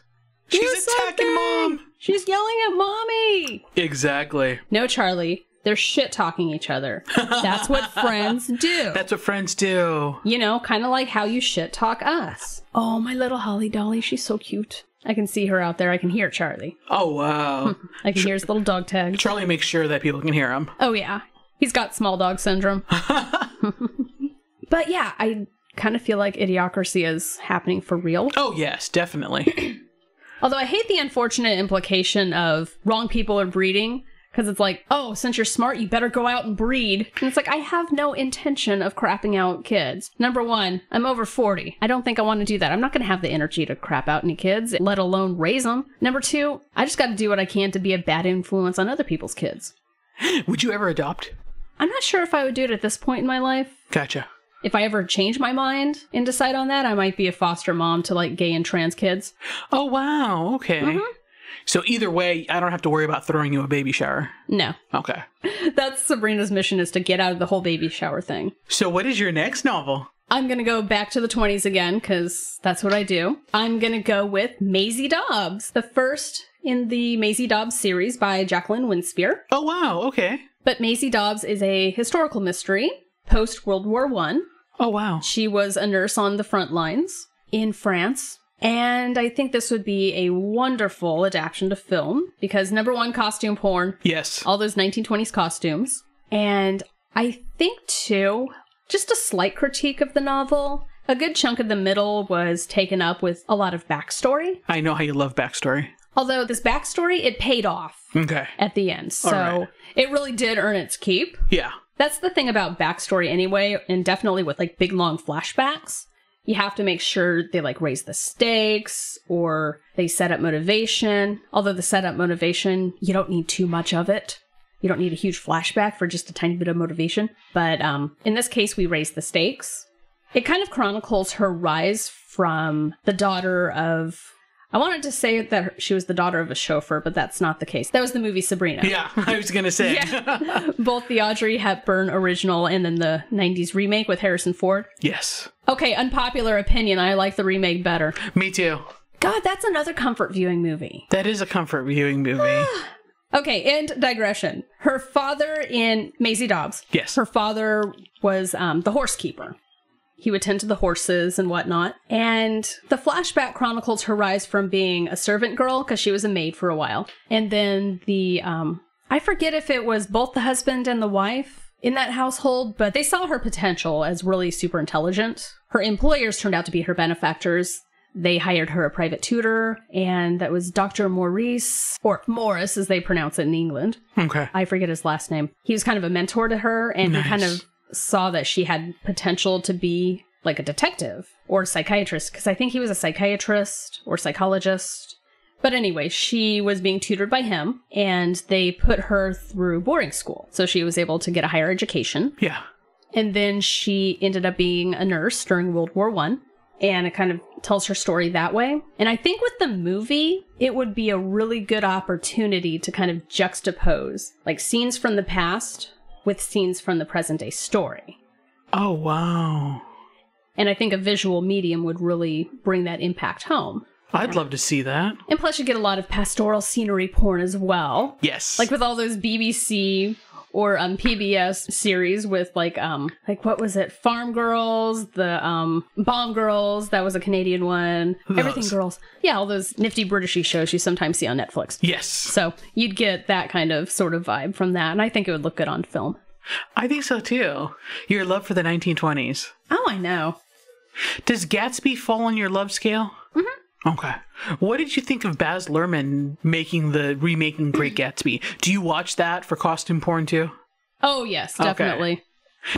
Speaker 1: Do
Speaker 2: She's
Speaker 1: something!
Speaker 2: attacking mom.
Speaker 1: She's yelling at mommy.
Speaker 2: Exactly.
Speaker 1: No, Charlie. They're shit talking each other. That's what friends do.
Speaker 2: That's what friends do.
Speaker 1: You know, kind of like how you shit talk us. Oh, my little Holly Dolly, she's so cute. I can see her out there. I can hear Charlie.
Speaker 2: Oh, wow.
Speaker 1: I can hear his little dog tag.
Speaker 2: Charlie makes sure that people can hear him.
Speaker 1: Oh yeah. He's got small dog syndrome. but yeah, I kind of feel like idiocracy is happening for real.
Speaker 2: Oh, yes, definitely.
Speaker 1: Although I hate the unfortunate implication of wrong people are breeding because it's like, oh, since you're smart, you better go out and breed. And it's like, I have no intention of crapping out kids. Number one, I'm over 40. I don't think I want to do that. I'm not going to have the energy to crap out any kids, let alone raise them. Number two, I just got to do what I can to be a bad influence on other people's kids.
Speaker 2: Would you ever adopt?
Speaker 1: I'm not sure if I would do it at this point in my life.
Speaker 2: Gotcha.
Speaker 1: If I ever change my mind and decide on that, I might be a foster mom to like gay and trans kids.
Speaker 2: Oh, wow. Okay. So either way, I don't have to worry about throwing you a baby shower.
Speaker 1: No,
Speaker 2: Okay.
Speaker 1: that's Sabrina's mission is to get out of the whole baby shower thing.
Speaker 2: So what is your next novel?
Speaker 1: I'm gonna go back to the 20s again because that's what I do. I'm gonna go with Maisie Dobbs, the first in the Maisie Dobbs series by Jacqueline Winspear.
Speaker 2: Oh, wow. Okay.
Speaker 1: But Maisie Dobbs is a historical mystery post World War One.
Speaker 2: Oh, wow.
Speaker 1: She was a nurse on the front lines in France. And I think this would be a wonderful adaptation to film because number one, costume porn,
Speaker 2: Yes.
Speaker 1: all those 1920s costumes. And I think, too, just a slight critique of the novel. A good chunk of the middle was taken up with a lot of backstory.
Speaker 2: I know how you love backstory.
Speaker 1: Although this backstory, it paid off
Speaker 2: Okay.
Speaker 1: at the end. So
Speaker 2: right.
Speaker 1: it really did earn its keep.
Speaker 2: Yeah.
Speaker 1: That's the thing about backstory anyway, and definitely with like big long flashbacks. You have to make sure they like raise the stakes or they set up motivation. Although the setup motivation, you don't need too much of it. You don't need a huge flashback for just a tiny bit of motivation. But um, in this case, we raise the stakes. It kind of chronicles her rise from the daughter of. I wanted to say that her- she was the daughter of a chauffeur, but that's not the case. That was the movie Sabrina
Speaker 2: Yeah. I was going to say.
Speaker 1: yeah. Both the Audrey Hepburn original and then the 90s remake with Harrison Ford.
Speaker 2: yes.
Speaker 1: Okay, unpopular opinion. I like the remake better.
Speaker 2: Me too.
Speaker 1: God, that's another comfort viewing movie.
Speaker 2: That is a comfort viewing movie.
Speaker 1: Okay, and digression. Her father in Maisie Dobbs.
Speaker 2: Yes.
Speaker 1: Her father was um, the horse keeper. He would tend to the horses and whatnot. And the flashback chronicles her rise from being a servant girl, because she was a maid for a while. And then the, um, I forget if it was both the husband and the wife in that household, but they saw her potential as really super intelligent. Her employers turned out to be her benefactors. They hired her a private tutor, and that was Dr. Maurice, or Morris as they pronounce it in England.
Speaker 2: Okay.
Speaker 1: I forget his last name. He was kind of a mentor to her, and he kind
Speaker 2: Nice.
Speaker 1: of saw that she had potential to be like a detective or a psychiatrist, because I think he was a psychiatrist or psychologist. But anyway, she was being tutored by him, and they put her through boarding school. So she was able to get a higher education.
Speaker 2: Yeah.
Speaker 1: And then she ended up being a nurse during World War One. And it kind of tells her story that way. And I think with the movie, it would be a really good opportunity to kind of juxtapose like scenes from the past with scenes from the present day story.
Speaker 2: Oh, wow.
Speaker 1: And I think a visual medium would really bring that impact home.
Speaker 2: I'd love to see that.
Speaker 1: And plus, you get a lot of pastoral scenery porn as well.
Speaker 2: Yes.
Speaker 1: like with all those BBC or um, PBS series with like um like what was it Farm Girls the um Bomb Girls that was a Canadian one Everything
Speaker 2: Those.
Speaker 1: Girls yeah all those nifty Britishy shows you sometimes see on Netflix
Speaker 2: yes.
Speaker 1: so you'd get that kind of sort of vibe from that and I think it would look good on film
Speaker 2: I think so too. Your love for the 1920s.
Speaker 1: oh I know
Speaker 2: Does Gatsby fall on your love scale? Mm-hmm. Okay. What did you think of Baz Luhrmann making the remaking Great Gatsby? Do you watch that for costume porn too?
Speaker 1: oh yes definitely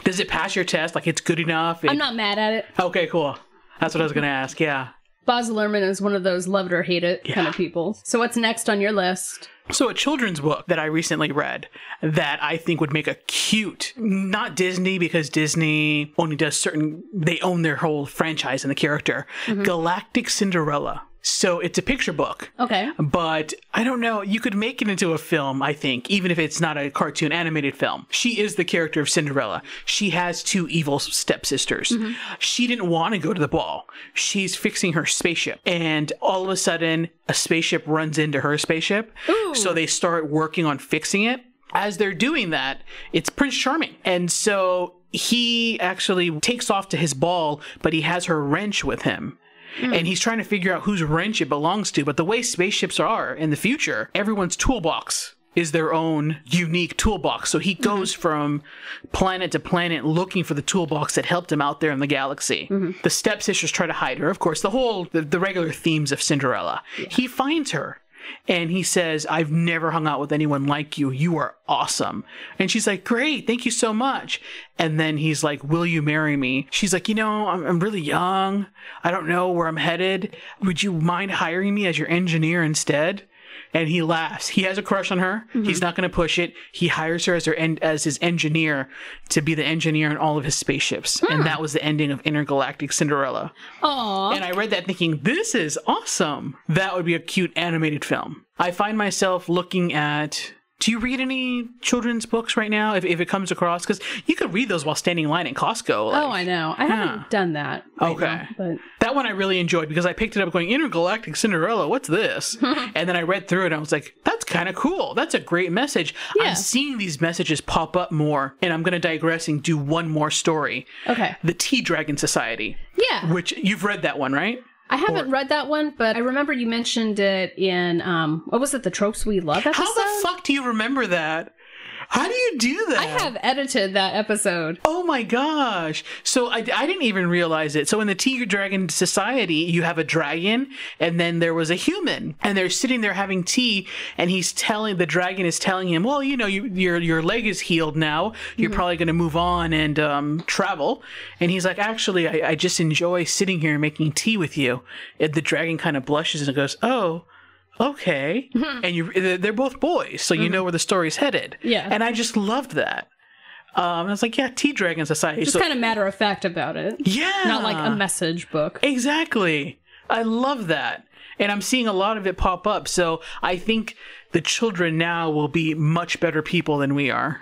Speaker 2: Does it pass your test? Like it's good enough? It-
Speaker 1: I'm not mad at it
Speaker 2: okay, cool. That's what I was gonna ask. Yeah.
Speaker 1: Baz Luhrmann is one of those love it or hate it kind
Speaker 2: Yeah.
Speaker 1: of people so what's next on your list
Speaker 2: So a children's book that I recently read that I think would make a cute, not Disney because Disney
Speaker 1: Mm-hmm.
Speaker 2: only does certain. They own their whole franchise and the character. Galactic Cinderella. So it's a picture book.
Speaker 1: Okay.
Speaker 2: But I don't know. You could make it into a film, I think, even if it's not a cartoon animated film. She is the character of Cinderella. She has two evil stepsisters. She didn't want to go to the ball. She's fixing her spaceship. And all of a sudden, a spaceship runs into her spaceship. So they start working on fixing it. As they're doing that, it's Prince Charming. And so he actually takes off to his ball, but he has her wrench with him and he's trying to figure out whose wrench it belongs to. But the way spaceships are in the future, everyone's toolbox is their own unique toolbox. So he goes from planet to planet looking for the toolbox that helped him out there in the galaxy. The stepsisters try to hide her. Of course, the whole the, the regular themes of Cinderella. He finds her and he says, I've never hung out with anyone like you. You are awesome. And she's like, Great, thank you so much. And then he's like, Will you marry me? She's like, You know, I'm, I'm really young. I don't know where I'm headed. Would you mind hiring me as your engineer instead? And he laughs. He has a crush on her. He's not going to push it. He hires her as her en- as his engineer to be the engineer in all of his spaceships. And that was the ending of Intergalactic Cinderella.
Speaker 1: Aw.
Speaker 2: And I read that thinking, this is awesome. That would be a cute animated film. I find myself looking at. Do you read any children's books right now? If, if it comes across, because you could read those while standing in line at Costco. like-
Speaker 1: Oh, I know. I haven't done that. right
Speaker 2: Okay.
Speaker 1: now, but
Speaker 2: that one I really enjoyed because I picked it up going Intergalactic Cinderella. What's this? and then I read through it and I was like, that's kind of cool. That's a great message.
Speaker 1: Yeah.
Speaker 2: I'm seeing these messages pop up more, and I'm going to digress and do one more story.
Speaker 1: okay.
Speaker 2: The Tea Dragon Society,
Speaker 1: Yeah.
Speaker 2: which you've read that one, right?
Speaker 1: I haven't read that one, but I remember you mentioned it in um what was it, the tropes we love episode?
Speaker 2: How the fuck do you remember that? How do you do that?
Speaker 1: I have edited that episode.
Speaker 2: Oh my gosh. So I, I didn't even realize it. So in the Tiger Dragon Society, you have a dragon and then there was a human and they're sitting there having tea and he's telling, the dragon is telling him, well, you know, you, your, your leg is healed now. You're
Speaker 1: Mhm.
Speaker 2: probably going to move on and um, travel. And he's like, actually, I, I just enjoy sitting here and making tea with you. And the dragon kind of blushes and goes, oh, okay. and you, they're they're both boys. So you know where the story's headed.
Speaker 1: Mm-hmm. Yeah.
Speaker 2: And I just loved that. Um, I was like, yeah, Tea Dragon Society.
Speaker 1: Just
Speaker 2: So-
Speaker 1: kind of matter of fact about it.
Speaker 2: yeah,
Speaker 1: Not like a message book.
Speaker 2: exactly. I love that, and I'm seeing a lot of it pop up. So I think the children now will be much better people than we are.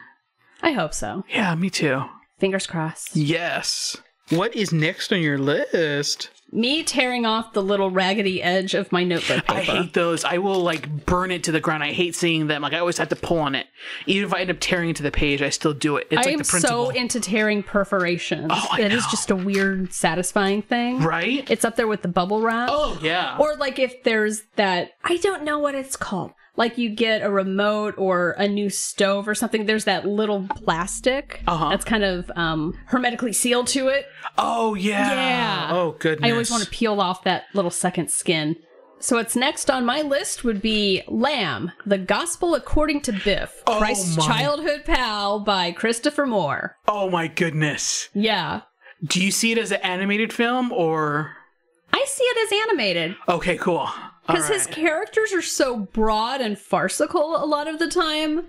Speaker 1: I hope so.
Speaker 2: Yeah, me too.
Speaker 1: Fingers crossed.
Speaker 2: Yes. What is next on your list?
Speaker 1: Me tearing off the little raggedy edge of my notebook paper.
Speaker 2: I hate those. I will like burn it to the ground. I hate seeing them. Like I always have to pull on it. Even if I end up tearing it to the page, I still do it. It's
Speaker 1: I
Speaker 2: like
Speaker 1: am
Speaker 2: the
Speaker 1: so
Speaker 2: principle,
Speaker 1: into tearing perforations.
Speaker 2: Oh, I
Speaker 1: It is
Speaker 2: know.
Speaker 1: just a weird, satisfying thing.
Speaker 2: right?
Speaker 1: It's up there with the bubble wrap.
Speaker 2: oh yeah.
Speaker 1: Or like if there's that, I don't know what it's called. Like you get a remote or a new stove or something. There's that little plastic
Speaker 2: Uh-huh.
Speaker 1: that's kind of um, hermetically sealed to it.
Speaker 2: oh yeah.
Speaker 1: Yeah.
Speaker 2: Oh goodness.
Speaker 1: I always want to peel off that little second skin. So what's next on my list would be Lamb, The Gospel According to Biff,
Speaker 2: Oh
Speaker 1: Christ's
Speaker 2: my-
Speaker 1: Childhood Pal by Christopher Moore.
Speaker 2: Oh my goodness.
Speaker 1: Yeah.
Speaker 2: Do you see it as an animated film or
Speaker 1: I see it as animated
Speaker 2: Okay, cool. All
Speaker 1: because his
Speaker 2: right.
Speaker 1: characters are so broad and farcical a lot of the time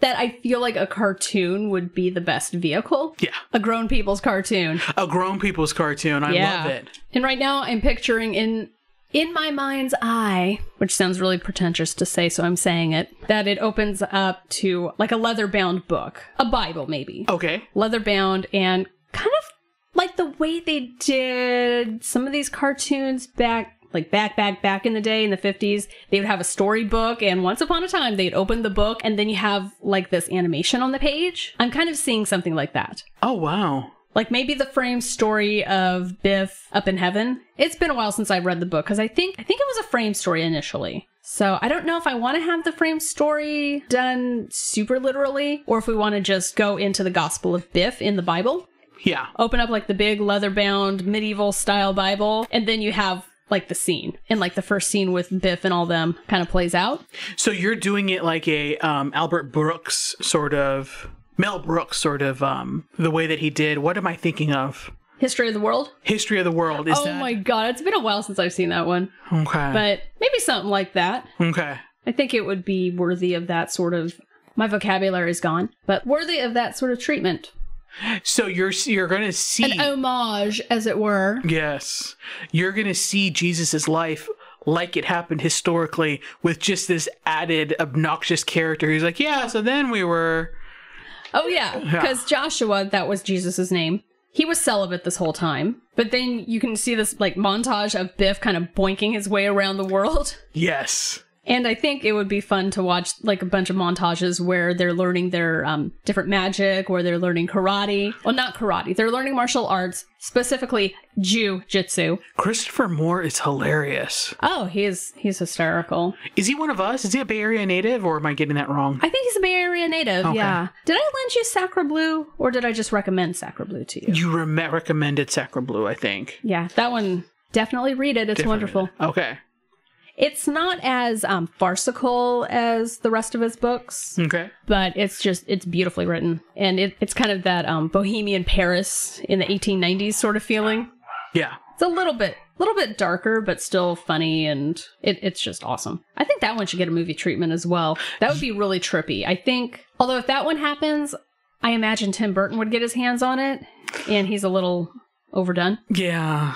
Speaker 1: that I feel like a cartoon would be the best vehicle.
Speaker 2: Yeah.
Speaker 1: A grown people's cartoon.
Speaker 2: A grown people's cartoon. I
Speaker 1: Yeah.
Speaker 2: love it.
Speaker 1: And right now I'm picturing in in my mind's eye, which sounds really pretentious to say, so I'm saying it, that it opens up to like a leather-bound book, a Bible maybe.
Speaker 2: Okay.
Speaker 1: Leather-bound and kind of like the way they did some of these cartoons back like back back back in the day in the 50s they would have a storybook and once upon a time they'd open the book and then you have like this animation on the page i'm kind of seeing something like that
Speaker 2: Oh wow.
Speaker 1: like maybe the frame story of Biff up in heaven. It's been a while since I read the book because I think I think it was a frame story initially. So I don't know if I want to have the frame story done super literally, or if we want to just go into the Gospel of Biff in the Bible.
Speaker 2: Yeah.
Speaker 1: Open up like the big leather bound medieval style Bible, and then you have like the scene and like the first scene with Biff and all them kind of plays out.
Speaker 2: So you're doing it like a um, Albert Brooks sort of Mel Brooks sort of um, the way that he did. What am I thinking of?
Speaker 1: History of the world.
Speaker 2: History of the World is
Speaker 1: oh
Speaker 2: that
Speaker 1: my god, it's been a while since I've seen that one.
Speaker 2: okay?
Speaker 1: But maybe something like that.
Speaker 2: okay.
Speaker 1: I think it would be worthy of that sort of. My vocabulary is gone, but worthy of that sort of treatment.
Speaker 2: So you're you're gonna see
Speaker 1: An homage, as it were.
Speaker 2: Yes. You're going to see Jesus' life like it happened historically with just this added obnoxious character who's like, yeah, so then we were.
Speaker 1: Oh yeah, because Joshua, that was Jesus' name. He was celibate this whole time. But then you can see this like montage of Biff kind of boinking his way around the world.
Speaker 2: Yes.
Speaker 1: And I think it would be fun to watch like a bunch of montages where they're learning their um, different magic or they're learning karate. Well, not karate. They're learning martial arts, specifically jiu-jitsu.
Speaker 2: Christopher Moore is hilarious.
Speaker 1: Oh, he's he's hysterical.
Speaker 2: Is he one of us? Is he a Bay Area native or am I getting that wrong?
Speaker 1: I think he's a Bay Area native. Yeah. Did I lend you Sacra Blue or did I just recommend Sacra Blue to you?
Speaker 2: You rem- recommended Sacra Blue, I think.
Speaker 1: Yeah, that one definitely read it. It's wonderful.
Speaker 2: Okay.
Speaker 1: It's not as um, farcical as the rest of his books,
Speaker 2: Okay.
Speaker 1: but it's just it's beautifully written, and it, it's kind of that um, bohemian Paris in the 1890s sort of feeling.
Speaker 2: Yeah.
Speaker 1: It's a little bit little bit darker, but still funny, and it, it's just awesome. I think that one should get a movie treatment as well. That would be really trippy. I think, although if that one happens, I imagine Tim Burton would get his hands on it, and he's a little overdone.
Speaker 2: Yeah.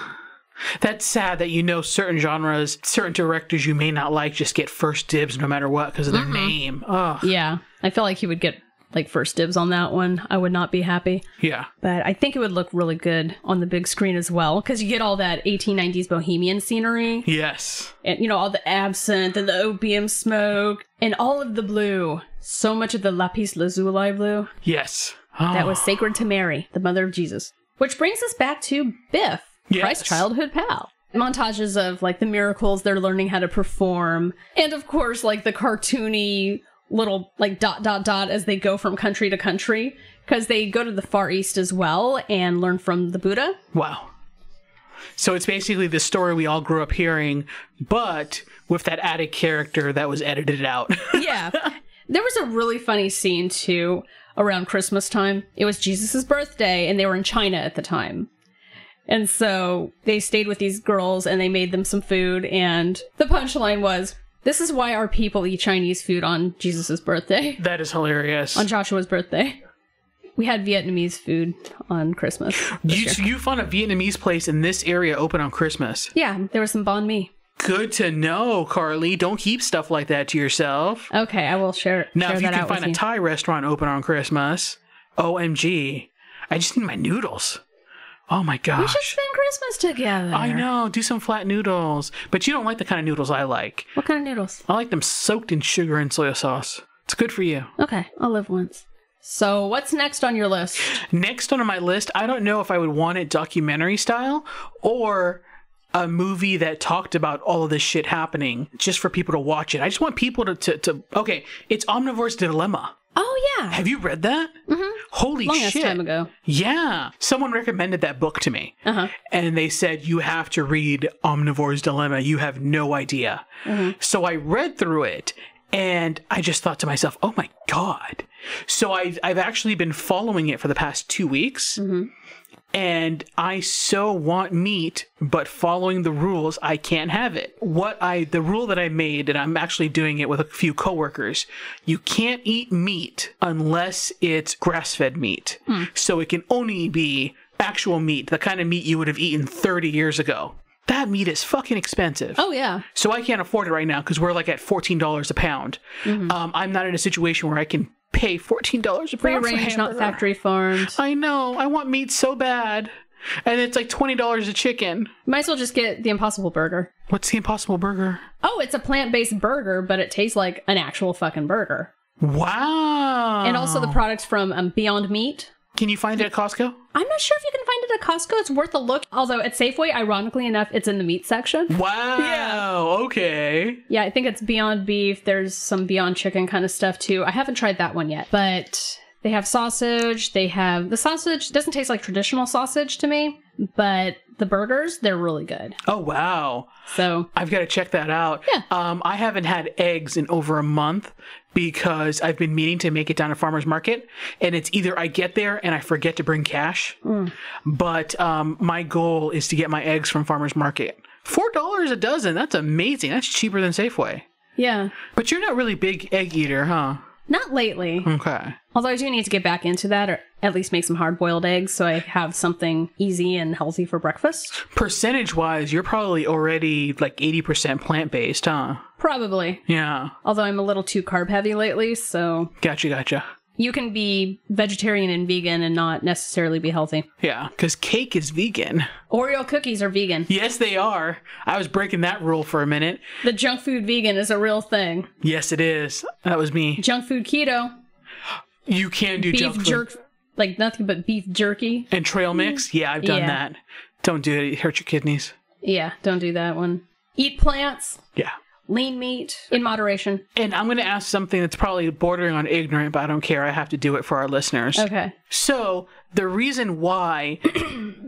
Speaker 2: That's sad that you know certain genres, certain directors you may not like just get first dibs no matter what because of
Speaker 1: Mm-hmm.
Speaker 2: their name. Ugh.
Speaker 1: Yeah, I feel like he would get like first dibs on that one. I would not be happy.
Speaker 2: Yeah.
Speaker 1: But I think it would look really good on the big screen as well, because you get all that 1890s bohemian scenery,
Speaker 2: Yes.
Speaker 1: and you know, all the absinthe and the opium smoke, and all of the blue. So much of the lapis lazuli blue
Speaker 2: Yes.
Speaker 1: that
Speaker 2: Oh.
Speaker 1: was sacred to Mary, the mother of Jesus. Which brings us back to Biff,
Speaker 2: Yes.
Speaker 1: Christ's childhood pal. Montages of like the miracles they're learning how to perform, and of course, like the cartoony little like dot dot dot as they go from country to country because they go to the Far East as well and learn from the Buddha.
Speaker 2: Wow. So it's basically the story we all grew up hearing, but with that added character that was edited out.
Speaker 1: yeah. There was a really funny scene too around Christmas time. It was Jesus' birthday and they were in China at the time. And so they stayed with these girls and they made them some food and the punchline was this is why our people eat Chinese food on Jesus' birthday,
Speaker 2: that is hilarious.
Speaker 1: on Joshua's birthday. We had Vietnamese food on Christmas.
Speaker 2: You, you found a Vietnamese place in this area open on Christmas.
Speaker 1: Yeah, there was some banh mi.
Speaker 2: Good to know, Carly. Don't keep stuff like that to yourself.
Speaker 1: Okay, I will share,
Speaker 2: Now,
Speaker 1: share
Speaker 2: if you
Speaker 1: that
Speaker 2: can
Speaker 1: out with
Speaker 2: find a
Speaker 1: you.
Speaker 2: Thai restaurant open on Christmas, OMG. I just need my noodles. Oh my
Speaker 1: we should
Speaker 2: gosh.
Speaker 1: spend Christmas together.
Speaker 2: I know, do some flat noodles. But you don't like the kind of noodles I like.
Speaker 1: What kind of noodles?
Speaker 2: I like them soaked in sugar and soy sauce. It's good for you.
Speaker 1: Okay, I'll live once. So, what's next on your list?
Speaker 2: Next on my list, I don't know if I would want it documentary style or a movie that talked about all of this shit happening just for people to watch it. I just want people to. to, to okay, it's Omnivore's Dilemma.
Speaker 1: Oh yeah,
Speaker 2: Have you read that? Mm-hmm. Holy
Speaker 1: long ass
Speaker 2: shit.
Speaker 1: time ago.
Speaker 2: Yeah. Someone recommended that book to me.
Speaker 1: Uh huh.
Speaker 2: And they said, you have to read Omnivore's Dilemma. You have no idea. So I read through it and I just thought to myself, oh my God. So I've, I've actually been following it for the past two weeks. And I so want meat, but following the rules, I can't have it. What I, the rule that I made, and I'm actually doing it with a few coworkers, you can't eat meat unless it's grass fed meat.
Speaker 1: Hmm.
Speaker 2: So it can only be actual meat, the kind of meat you would have eaten 30 years ago. That meat is fucking expensive.
Speaker 1: Oh yeah.
Speaker 2: So I can't afford it right now because we're like at $14 a pound.
Speaker 1: Mm-hmm.
Speaker 2: Um, I'm not in a situation where I can pay $14 a
Speaker 1: Free
Speaker 2: pound. for
Speaker 1: range, not
Speaker 2: hamburger.
Speaker 1: factory farmed.
Speaker 2: I know. I want meat so bad. And it's like $20 a chicken.
Speaker 1: Might as well just get the Impossible Burger.
Speaker 2: What's the impossible burger?
Speaker 1: Oh, it's a plant-based burger, but it tastes like an actual fucking burger.
Speaker 2: Wow.
Speaker 1: And also the products from um, Beyond Meat.
Speaker 2: Can you find it at Costco?
Speaker 1: I'm not sure if you can find it at Costco. It's worth a look. Although at Safeway, ironically enough, it's in the meat section.
Speaker 2: Wow. Okay.
Speaker 1: Yeah, I think it's Beyond Beef. There's some Beyond Chicken kind of stuff too. I haven't tried that one yet, but they have sausage. They have the sausage doesn't taste like traditional sausage to me, but the burgers they're really good.
Speaker 2: Oh, wow.
Speaker 1: So
Speaker 2: I've got to check that out.
Speaker 1: Yeah.
Speaker 2: Um, I haven't had eggs in over a month because I've been meaning to make it down to farmers market, and it's either I get there and I forget to bring cash,
Speaker 1: Mm.
Speaker 2: but um, my goal is to get my eggs from farmers market. Four dollars a dozen. That's amazing. That's cheaper than Safeway.
Speaker 1: yeah,
Speaker 2: But you're not really a big egg eater, huh?
Speaker 1: Not lately.
Speaker 2: Okay.
Speaker 1: Although I do need to get back into that or at least make some hard boiled eggs so I have something easy and healthy for breakfast.
Speaker 2: Percentage wise, you're probably already like 80% plant based, huh?
Speaker 1: Probably.
Speaker 2: Yeah.
Speaker 1: Although I'm a little too carb heavy lately, so
Speaker 2: Gotcha, gotcha.
Speaker 1: you can be vegetarian and vegan and not necessarily be healthy.
Speaker 2: Yeah, because cake is vegan.
Speaker 1: Oreo cookies are vegan.
Speaker 2: Yes, they are. I was breaking that rule for a minute.
Speaker 1: The junk food vegan is a real thing.
Speaker 2: Yes, it is. That was me.
Speaker 1: Junk food keto,
Speaker 2: You can do junk
Speaker 1: beef
Speaker 2: food.
Speaker 1: jerk, like nothing but beef jerky.
Speaker 2: and trail mix. Yeah, I've done
Speaker 1: Yeah.
Speaker 2: that. Don't do it. It hurts your kidneys.
Speaker 1: Yeah, don't do that one. Eat plants,
Speaker 2: Yeah.
Speaker 1: lean meat in moderation.
Speaker 2: And I'm going to ask something that's probably bordering on ignorant, but I don't care. I have to do it for our listeners.
Speaker 1: Okay,
Speaker 2: So, the reason why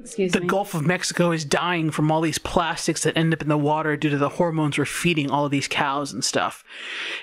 Speaker 1: excuse
Speaker 2: the
Speaker 1: me.
Speaker 2: Gulf of Mexico is dying from all these plastics that end up in the water due to the hormones we're feeding all of these cows and stuff,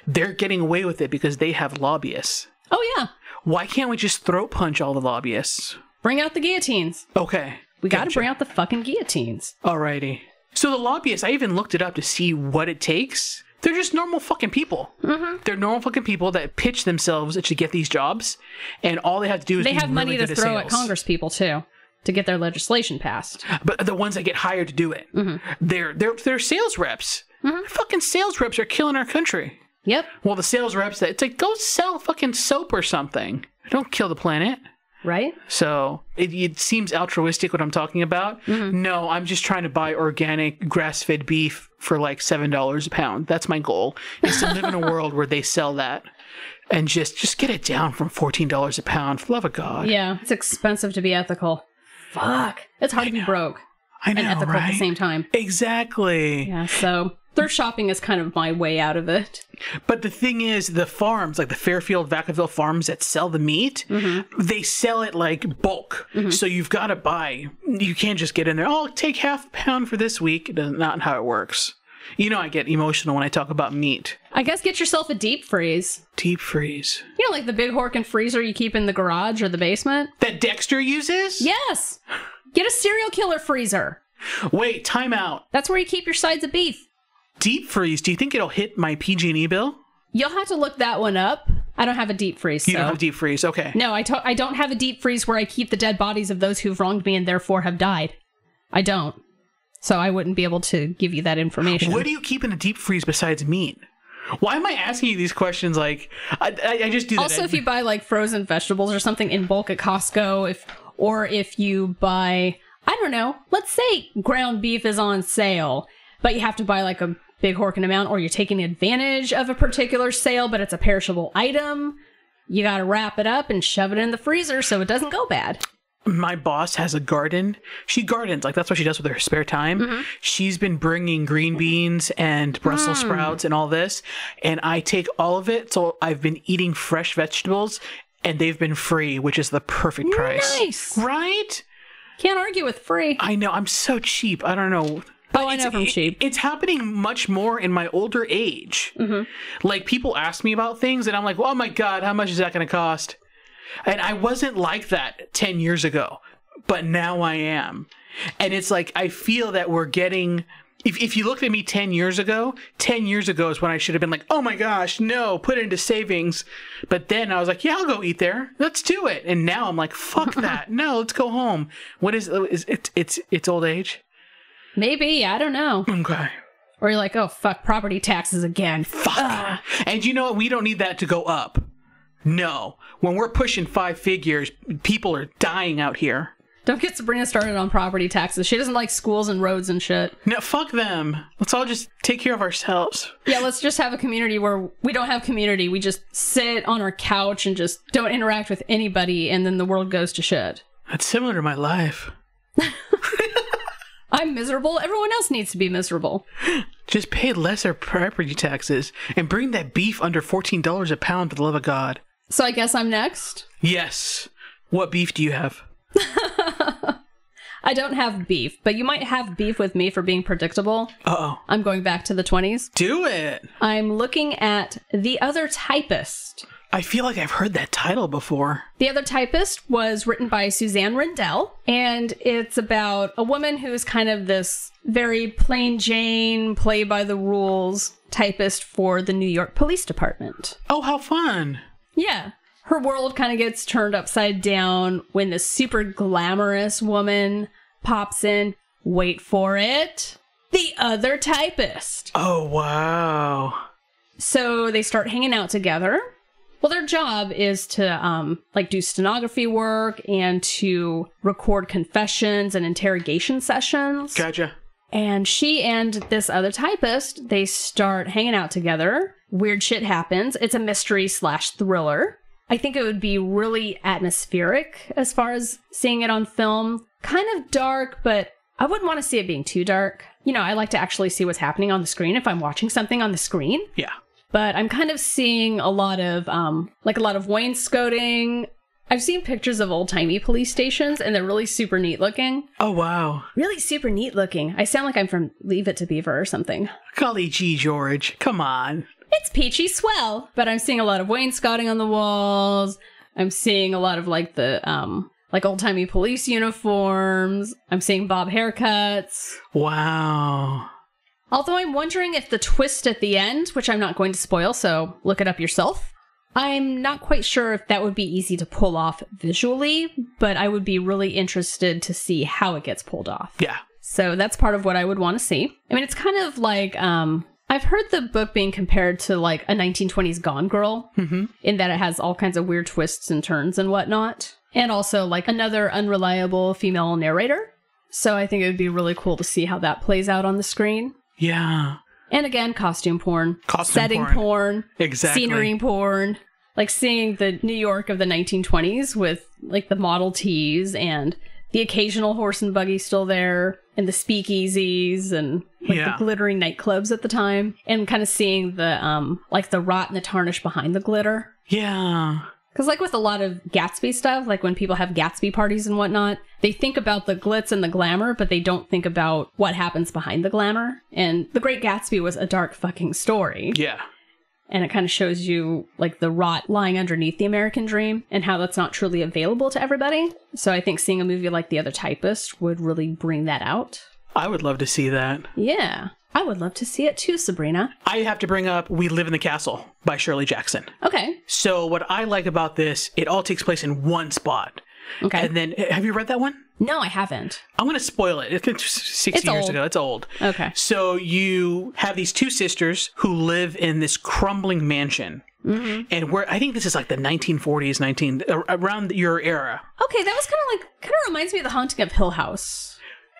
Speaker 2: they're getting away with it because they have lobbyists.
Speaker 1: oh yeah,
Speaker 2: Why can't we just throat punch all the lobbyists?
Speaker 1: bring out the guillotines.
Speaker 2: Okay.
Speaker 1: We got to
Speaker 2: Gotcha.
Speaker 1: bring out the fucking guillotines.
Speaker 2: Alrighty. So the lobbyists, I even looked it up to see what it takes. They're just normal fucking people. Mm-hmm. They're normal fucking people that pitch themselves to get these jobs, and all they have to do is
Speaker 1: They
Speaker 2: be
Speaker 1: have
Speaker 2: really
Speaker 1: money to
Speaker 2: good
Speaker 1: throw at
Speaker 2: sales.
Speaker 1: Congress people too to get their legislation passed.
Speaker 2: But the ones that get hired to do it,
Speaker 1: Mm-hmm.
Speaker 2: they're they're they're sales reps. Fucking sales reps are killing our country.
Speaker 1: Yep,
Speaker 2: Well, the sales reps that it's like go sell fucking soap or something. Don't kill the planet.
Speaker 1: right?
Speaker 2: So it, it seems altruistic what I'm talking about.
Speaker 1: Mm-hmm.
Speaker 2: No, I'm just trying to buy organic grass fed beef for like seven dollars a pound. That's my goal is to live in a world where they sell that and just just get it down from fourteen dollars a pound. For love of God,
Speaker 1: Yeah, it's expensive to be ethical. Fuck, it's hard to be broke
Speaker 2: I know,
Speaker 1: and ethical
Speaker 2: right?
Speaker 1: at the same time.
Speaker 2: exactly.
Speaker 1: Yeah, so thrift shopping is kind of my way out of it.
Speaker 2: But the thing is, the farms, like the Fairfield Vacaville farms that sell the meat,
Speaker 1: Mm-hmm.
Speaker 2: they sell it like bulk. So you've got to buy. You can't just get in there. Oh, take half a pound for this week. That's not how it works. You know, I get emotional when I talk about meat.
Speaker 1: I guess get yourself a deep freeze.
Speaker 2: Deep freeze.
Speaker 1: You know, like the big horkin freezer you keep in the garage or the basement?
Speaker 2: That Dexter uses?
Speaker 1: Yes! Get a serial killer freezer.
Speaker 2: Wait, time out.
Speaker 1: That's where you keep your sides of beef.
Speaker 2: Deep freeze. Do you think it'll hit my PG&E E bill?
Speaker 1: You'll have to look that one up. I don't have a deep freeze,
Speaker 2: You
Speaker 1: so.
Speaker 2: don't have deep freeze. Okay.
Speaker 1: no, I, to- I don't have a deep freeze where I keep the dead bodies of those who've wronged me and therefore have died. I don't. So I wouldn't be able to give you that information.
Speaker 2: What do you keep in a deep freeze besides meat? Why am I asking you these questions? Like, I, I, I just do that.
Speaker 1: also if you buy like frozen vegetables or something in bulk at Costco if or if you buy I don't know, let's say ground beef is on sale, but you have to buy like a big horkin amount or you're taking advantage of a particular sale but it's a perishable item, you got to wrap it up and shove it in the freezer so it doesn't go bad.
Speaker 2: my boss has a garden. She gardens, like that's what she does with her spare time. She's been bringing green beans and Brussels sprouts and all this, and I take all of it. So I've been eating fresh vegetables, and they've been free, which is the perfect price.
Speaker 1: Nice.
Speaker 2: Right?
Speaker 1: Can't argue with free.
Speaker 2: I know. I'm so cheap. I don't know.
Speaker 1: oh, I know from cheap.
Speaker 2: It's happening much more in my older age.
Speaker 1: Mm-hmm.
Speaker 2: Like people ask me about things, and I'm like, "Oh my god, how much is that going to cost?" And I wasn't like that ten years ago, but now I am. And it's like I feel that we're getting. If if you looked at me ten years ago, ten years ago is when I should have been like, "Oh my gosh, no, put it into savings." But then I was like, "Yeah, I'll go eat there. Let's do it." And now I'm like, "Fuck that. No, let's go home." What is, is it? It's it's old age.
Speaker 1: Maybe, I don't know.
Speaker 2: Okay.
Speaker 1: Or you're like, "Oh fuck, property taxes again."
Speaker 2: Fuck. And you know what? We don't need that to go up. No. When we're pushing five figures, people are dying out here.
Speaker 1: Don't get Sabrina started on property taxes. She doesn't like schools and roads and shit.
Speaker 2: No, fuck them. Let's all just take care of ourselves.
Speaker 1: Yeah, let's just have a community where we don't have community. We just sit on our couch and just don't interact with anybody, and then the world goes to shit.
Speaker 2: That's similar to my life.
Speaker 1: I'm miserable. Everyone else needs to be miserable.
Speaker 2: Just pay lesser property taxes and bring that beef under $14 a pound for the love of God.
Speaker 1: So I guess I'm next.
Speaker 2: Yes. What beef do you have?
Speaker 1: I don't have beef, but you might have beef with me for being predictable.
Speaker 2: Uh oh.
Speaker 1: I'm going back to the 20s.
Speaker 2: Do it.
Speaker 1: I'm looking at The Other Typist.
Speaker 2: I feel like I've heard that title before.
Speaker 1: The Other Typist was written by Suzanne Rendell, and it's about a woman who is kind of this very plain Jane, play by the rules typist for the New York Police Department.
Speaker 2: Oh, how fun.
Speaker 1: Yeah. Her world kind of gets turned upside down when this super glamorous woman pops in. Wait for it. The other typist.
Speaker 2: Oh, wow.
Speaker 1: So they start hanging out together. Well, their job is to um, like do stenography work and to record confessions and interrogation sessions.
Speaker 2: Gotcha.
Speaker 1: And she and this other typist, they start hanging out together. Weird shit happens. It's a mystery slash thriller. I think it would be really atmospheric as far as seeing it on film. Kind of dark, but I wouldn't want to see it being too dark. You know, I like to actually see what's happening on the screen if I'm watching something on the screen.
Speaker 2: Yeah.
Speaker 1: But I'm kind of seeing a lot of, um, like a lot of wainscoting. I've seen pictures of old timey police stations and they're really super neat looking
Speaker 2: Oh, wow.
Speaker 1: really super neat looking. I sound like I'm from Leave It to Beaver or something.
Speaker 2: Golly gee, George. Come on.
Speaker 1: It's peachy swell, but I'm seeing a lot of wainscoting on the walls. I'm seeing a lot of like the um like old timey police uniforms. I'm seeing bob haircuts.
Speaker 2: Wow.
Speaker 1: Although I'm wondering if the twist at the end, which I'm not going to spoil, so look it up yourself. I'm not quite sure if that would be easy to pull off visually, but I would be really interested to see how it gets pulled off.
Speaker 2: Yeah.
Speaker 1: So that's part of what I would want to see. I mean, it's kind of like um, I've heard the book being compared to like a 1920s Gone Girl
Speaker 2: Mm-hmm.
Speaker 1: in that it has all kinds of weird twists and turns and whatnot, and also like another unreliable female narrator. So I think it would be really cool to see how that plays out on the screen.
Speaker 2: Yeah.
Speaker 1: And again, costume porn,
Speaker 2: Costume
Speaker 1: setting
Speaker 2: porn.
Speaker 1: porn,
Speaker 2: Exactly.
Speaker 1: scenery porn, like seeing the New York of the 1920s with like the Model Ts and the occasional horse and buggy still there and the speakeasies and like
Speaker 2: Yeah.
Speaker 1: the glittering nightclubs at the time and kind of seeing the um like the rot and the tarnish behind the glitter.
Speaker 2: Yeah.
Speaker 1: Because, like with a lot of Gatsby stuff, like when people have Gatsby parties and whatnot, they think about the glitz and the glamour, but they don't think about what happens behind the glamour. And The Great Gatsby was a dark fucking story.
Speaker 2: Yeah.
Speaker 1: And it kind of shows you, like, the rot lying underneath the American dream and how that's not truly available to everybody. So I think seeing a movie like The Other Typist would really bring that out.
Speaker 2: I would love to see that.
Speaker 1: Yeah. I would love to see it too, Sabrina.
Speaker 2: I have to bring up We Live in the Castle by Shirley Jackson.
Speaker 1: Okay.
Speaker 2: So, what I like about this, it all takes place in one spot.
Speaker 1: Okay.
Speaker 2: And then, have you read that one?
Speaker 1: no, I haven't.
Speaker 2: I'm going to spoil it. It's been six
Speaker 1: It's
Speaker 2: years
Speaker 1: old.
Speaker 2: ago. It's old.
Speaker 1: Okay.
Speaker 2: So you have these two sisters who live in this crumbling mansion, and where I think this is like the 1940s, 19 ar- around your era.
Speaker 1: Okay, that was kind of like, kind of reminds me of The Haunting of Hill House.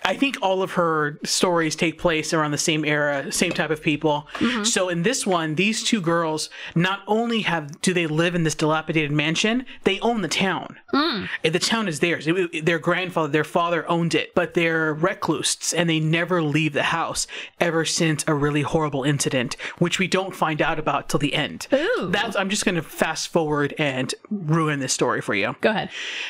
Speaker 2: I think all of her stories take place around the same era, same type of people. So in this one, these two girls not only have do they live in this dilapidated mansion, they own the town. And The town is theirs. It- it- their grandfather, their father owned it, but they're recluses and they never leave the house ever since a really horrible incident, which we don't find out about till the end.
Speaker 1: Ooh.
Speaker 2: That's I'm just going to fast forward and ruin this story for you
Speaker 1: Go ahead.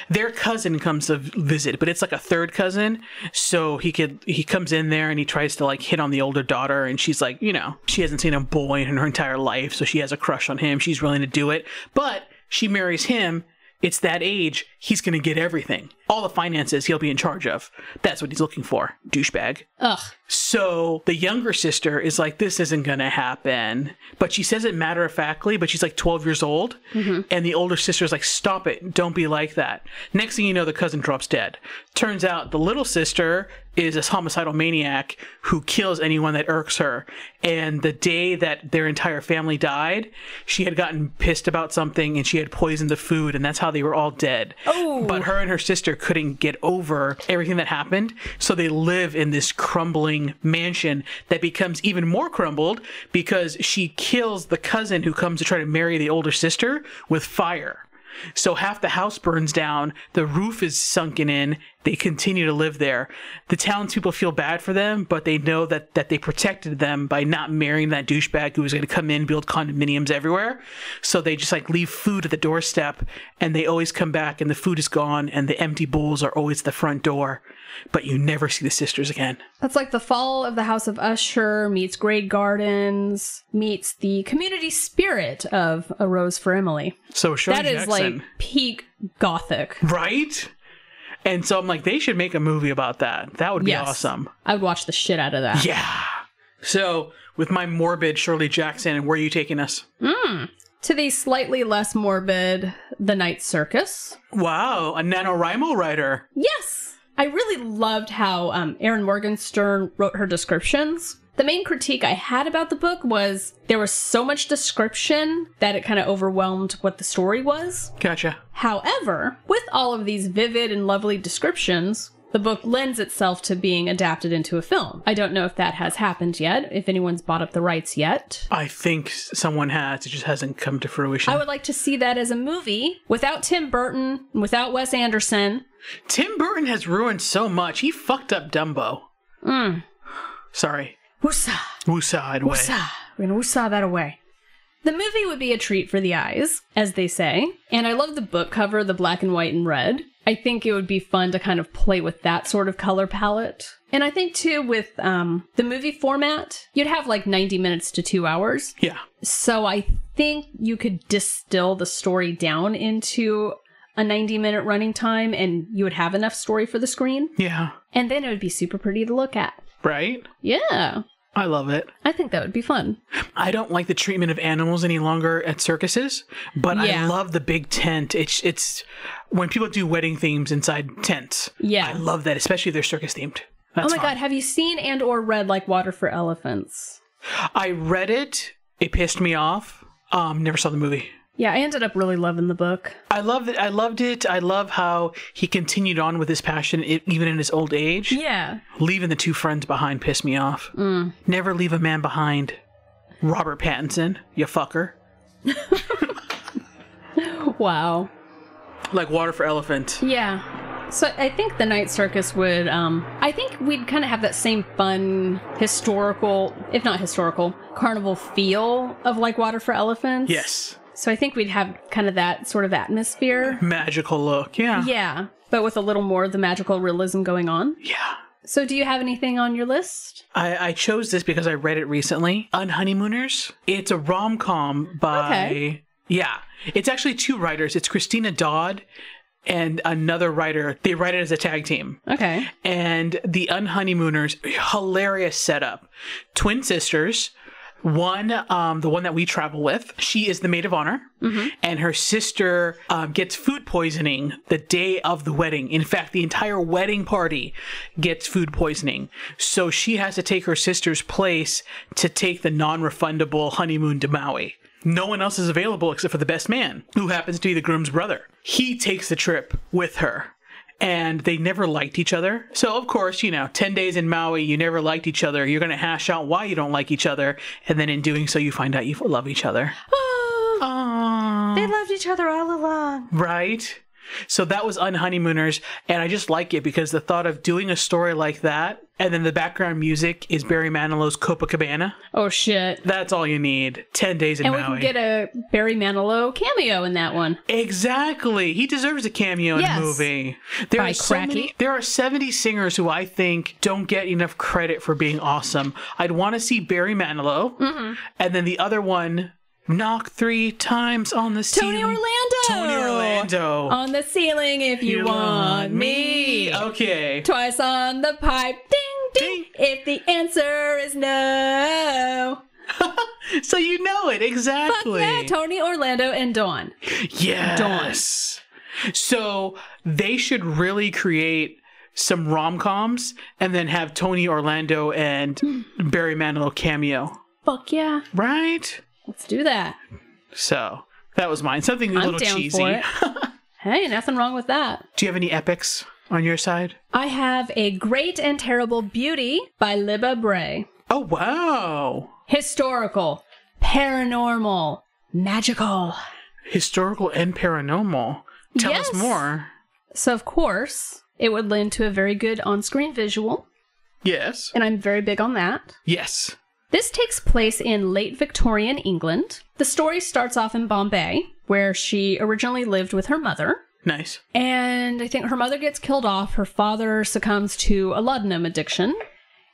Speaker 2: their cousin comes to visit, but it's like a third cousin. So he could he comes in there and he tries to like hit on the older daughter, and she's like, you know, she hasn't seen a boy in her entire life, so she has a crush on him. She's willing to do it, but she marries him. It's that age. He's gonna get everything, all the finances. He'll be in charge of. That's what he's looking for. Douchebag.
Speaker 1: Ugh.
Speaker 2: So the younger sister is like, this isn't going to happen. But she says it matter of factly, but she's like 12 years old. And the older sister is like, stop it. Don't be like that. Next thing you know, the cousin drops dead. Turns out the little sister is a homicidal maniac who kills anyone that irks her. And the day that their entire family died, she had gotten pissed about something and she had poisoned the food, and that's how they were all dead.
Speaker 1: Oh.
Speaker 2: But her and her sister couldn't get over everything that happened, so they live in this crumbling mansion that becomes even more crumbled because she kills the cousin who comes to try to marry the older sister with fire. So half the house burns down, the roof is sunken in, they continue to live there. The townspeople feel bad for them, but they know that, that they protected them by not marrying that douchebag who was going to come in, build condominiums everywhere. So they just like leave food at the doorstep and they always come back and the food is gone and the empty bowls are always at the front door. But you never see the sisters again.
Speaker 1: That's like the fall of the House of Usher meets Grey Gardens meets the community spirit of A Rose for Emily.
Speaker 2: So Shirley
Speaker 1: That is
Speaker 2: Jackson,
Speaker 1: like peak gothic.
Speaker 2: right? And so I'm like, they should make a movie about that. That would be
Speaker 1: Yes.
Speaker 2: awesome.
Speaker 1: I would watch the shit out of that.
Speaker 2: Yeah. So, with my morbid Shirley Jackson, where are you taking us?
Speaker 1: to the slightly less morbid The Night Circus.
Speaker 2: Wow, a NaNoWriMo writer.
Speaker 1: Yes! I really loved how um, Erin Morgenstern wrote her descriptions. The main critique I had about the book was there was so much description that it kind of overwhelmed what the story was.
Speaker 2: Gotcha.
Speaker 1: However, with all of these vivid and lovely descriptions, the book lends itself to being adapted into a film. I don't know if that has happened yet, if anyone's bought up the rights yet.
Speaker 2: I think someone has. It just hasn't come to fruition.
Speaker 1: I would like to see that as a movie without Tim Burton, without Wes Anderson.
Speaker 2: Tim Burton has ruined so much. He fucked up Dumbo.
Speaker 1: Mm.
Speaker 2: Sorry.
Speaker 1: Woosah,
Speaker 2: Woosah way.
Speaker 1: woosah. We're gonna woosah that away. The movie would be a treat for the eyes, as they say, and I love the book cover, the black and white and red. I think it would be fun to kind of play with that sort of color palette. And I think too with um, the movie format, you'd have like 90 minutes to two hours.
Speaker 2: Yeah.
Speaker 1: So I think you could distill the story down into a 90 minute running time and you would have enough story for the screen.
Speaker 2: Yeah.
Speaker 1: And then it would be super pretty to look at.
Speaker 2: Right?
Speaker 1: Yeah,
Speaker 2: I love it.
Speaker 1: I think that would be fun.
Speaker 2: I don't like the treatment of animals any longer at circuses, but I
Speaker 1: Yeah.
Speaker 2: love the big tent. It's it's when people do wedding themes inside tents.
Speaker 1: Yeah.
Speaker 2: I love that, especially if they're circus themed.
Speaker 1: oh
Speaker 2: That's
Speaker 1: my
Speaker 2: fun.
Speaker 1: god, have you seen and or read like Water for Elephants?
Speaker 2: I read it. It pissed me off. Um, never saw the movie.
Speaker 1: Yeah, I ended up really loving the book.
Speaker 2: I love that. I loved it. I love how he continued on with his passion e- even in his old age.
Speaker 1: Yeah. Mm.
Speaker 2: Leaving the two friends behind pissed me off. Never leave a man behind. Robert Pattinson, you fucker.
Speaker 1: Wow.
Speaker 2: Like water for elephant.
Speaker 1: Yeah. So I think the Night Circus would um I think we'd kind of have that same fun historical, if not historical, carnival feel of like Water for Elephants.
Speaker 2: Yes.
Speaker 1: So I think we'd have kind of that sort of atmosphere.
Speaker 2: Magical look. Yeah.
Speaker 1: Yeah, but with a little more of the magical realism going on.
Speaker 2: Yeah.
Speaker 1: So do you have anything on your list?
Speaker 2: I, I chose this because I read it recently. Unhoneymooners. It's a rom com by.
Speaker 1: Okay.
Speaker 2: Yeah. It's actually two writers. It's Christina Dodd and another writer. They write it as a tag team.
Speaker 1: Okay.
Speaker 2: And the Unhoneymooners, hilarious setup. Twin sisters. One, um, the one that we travel with, she is the maid of honor, and her sister um, gets food poisoning the day of the wedding. In fact, the entire wedding party gets food poisoning. So she has to take her sister's place to take the non refundable honeymoon to Maui. No one else is available except for the best man, who happens to be the groom's brother. He takes the trip with her and they never liked each other. So, of course, you know, 10 days in Maui, you never liked each other. You're going to hash out why you don't like each other. And then in doing so, you find out you love each other.
Speaker 1: Ah.
Speaker 2: Aww.
Speaker 1: They loved each other all along.
Speaker 2: Right? So that was Unhoneymooners. And I just like it because the thought of doing a story like that, and then the background music is Barry Manilow's Copacabana.
Speaker 1: Oh shit.
Speaker 2: That's all you need. 10 days in
Speaker 1: And we
Speaker 2: Maui.
Speaker 1: can get a Barry Manilow cameo in that one.
Speaker 2: Exactly. He deserves a cameo in
Speaker 1: Yes.
Speaker 2: a movie. There
Speaker 1: By
Speaker 2: are so
Speaker 1: Cracky.
Speaker 2: many, there are 70 singers who I think don't get enough credit for being awesome. I'd want to see Barry Manilow.
Speaker 1: Mm-hmm.
Speaker 2: And then the other one, knock 3 times on
Speaker 1: Tony
Speaker 2: the ceiling.
Speaker 1: Orlando.
Speaker 2: Tony Orlando.
Speaker 1: On the ceiling if you,
Speaker 2: You
Speaker 1: want me. Oh.
Speaker 2: Okay.
Speaker 1: Twice on the pipe. Ding, ding
Speaker 2: Ding.
Speaker 1: If the answer is no.
Speaker 2: So you know it
Speaker 1: Fuck
Speaker 2: exactly.
Speaker 1: yeah, Tony Orlando and Dawn.
Speaker 2: Yes. So they should really create some rom coms and then have Tony Orlando
Speaker 1: Hmm.
Speaker 2: and Barry Manilow cameo,
Speaker 1: Fuck yeah.
Speaker 2: right?
Speaker 1: Let's do that. So,
Speaker 2: That was mine. Something a
Speaker 1: I'm
Speaker 2: little
Speaker 1: down
Speaker 2: cheesy.
Speaker 1: for it. hey, nothing wrong with that.
Speaker 2: Do you have any epics on your side?
Speaker 1: I have A Great and Terrible Beauty by Libba Bray.
Speaker 2: Oh wow!
Speaker 1: Historical, paranormal, magical.
Speaker 2: Historical and paranormal. Tell
Speaker 1: Yes.
Speaker 2: us more.
Speaker 1: So, of course, it would lend to a very good on screen visual,
Speaker 2: Yes.
Speaker 1: and I'm very big on that.
Speaker 2: Yes.
Speaker 1: This takes place in late Victorian England. The story starts off in Bombay, where she originally lived with her mother.
Speaker 2: Nice.
Speaker 1: And I think her mother gets killed off. Her father succumbs to a laudanum addiction,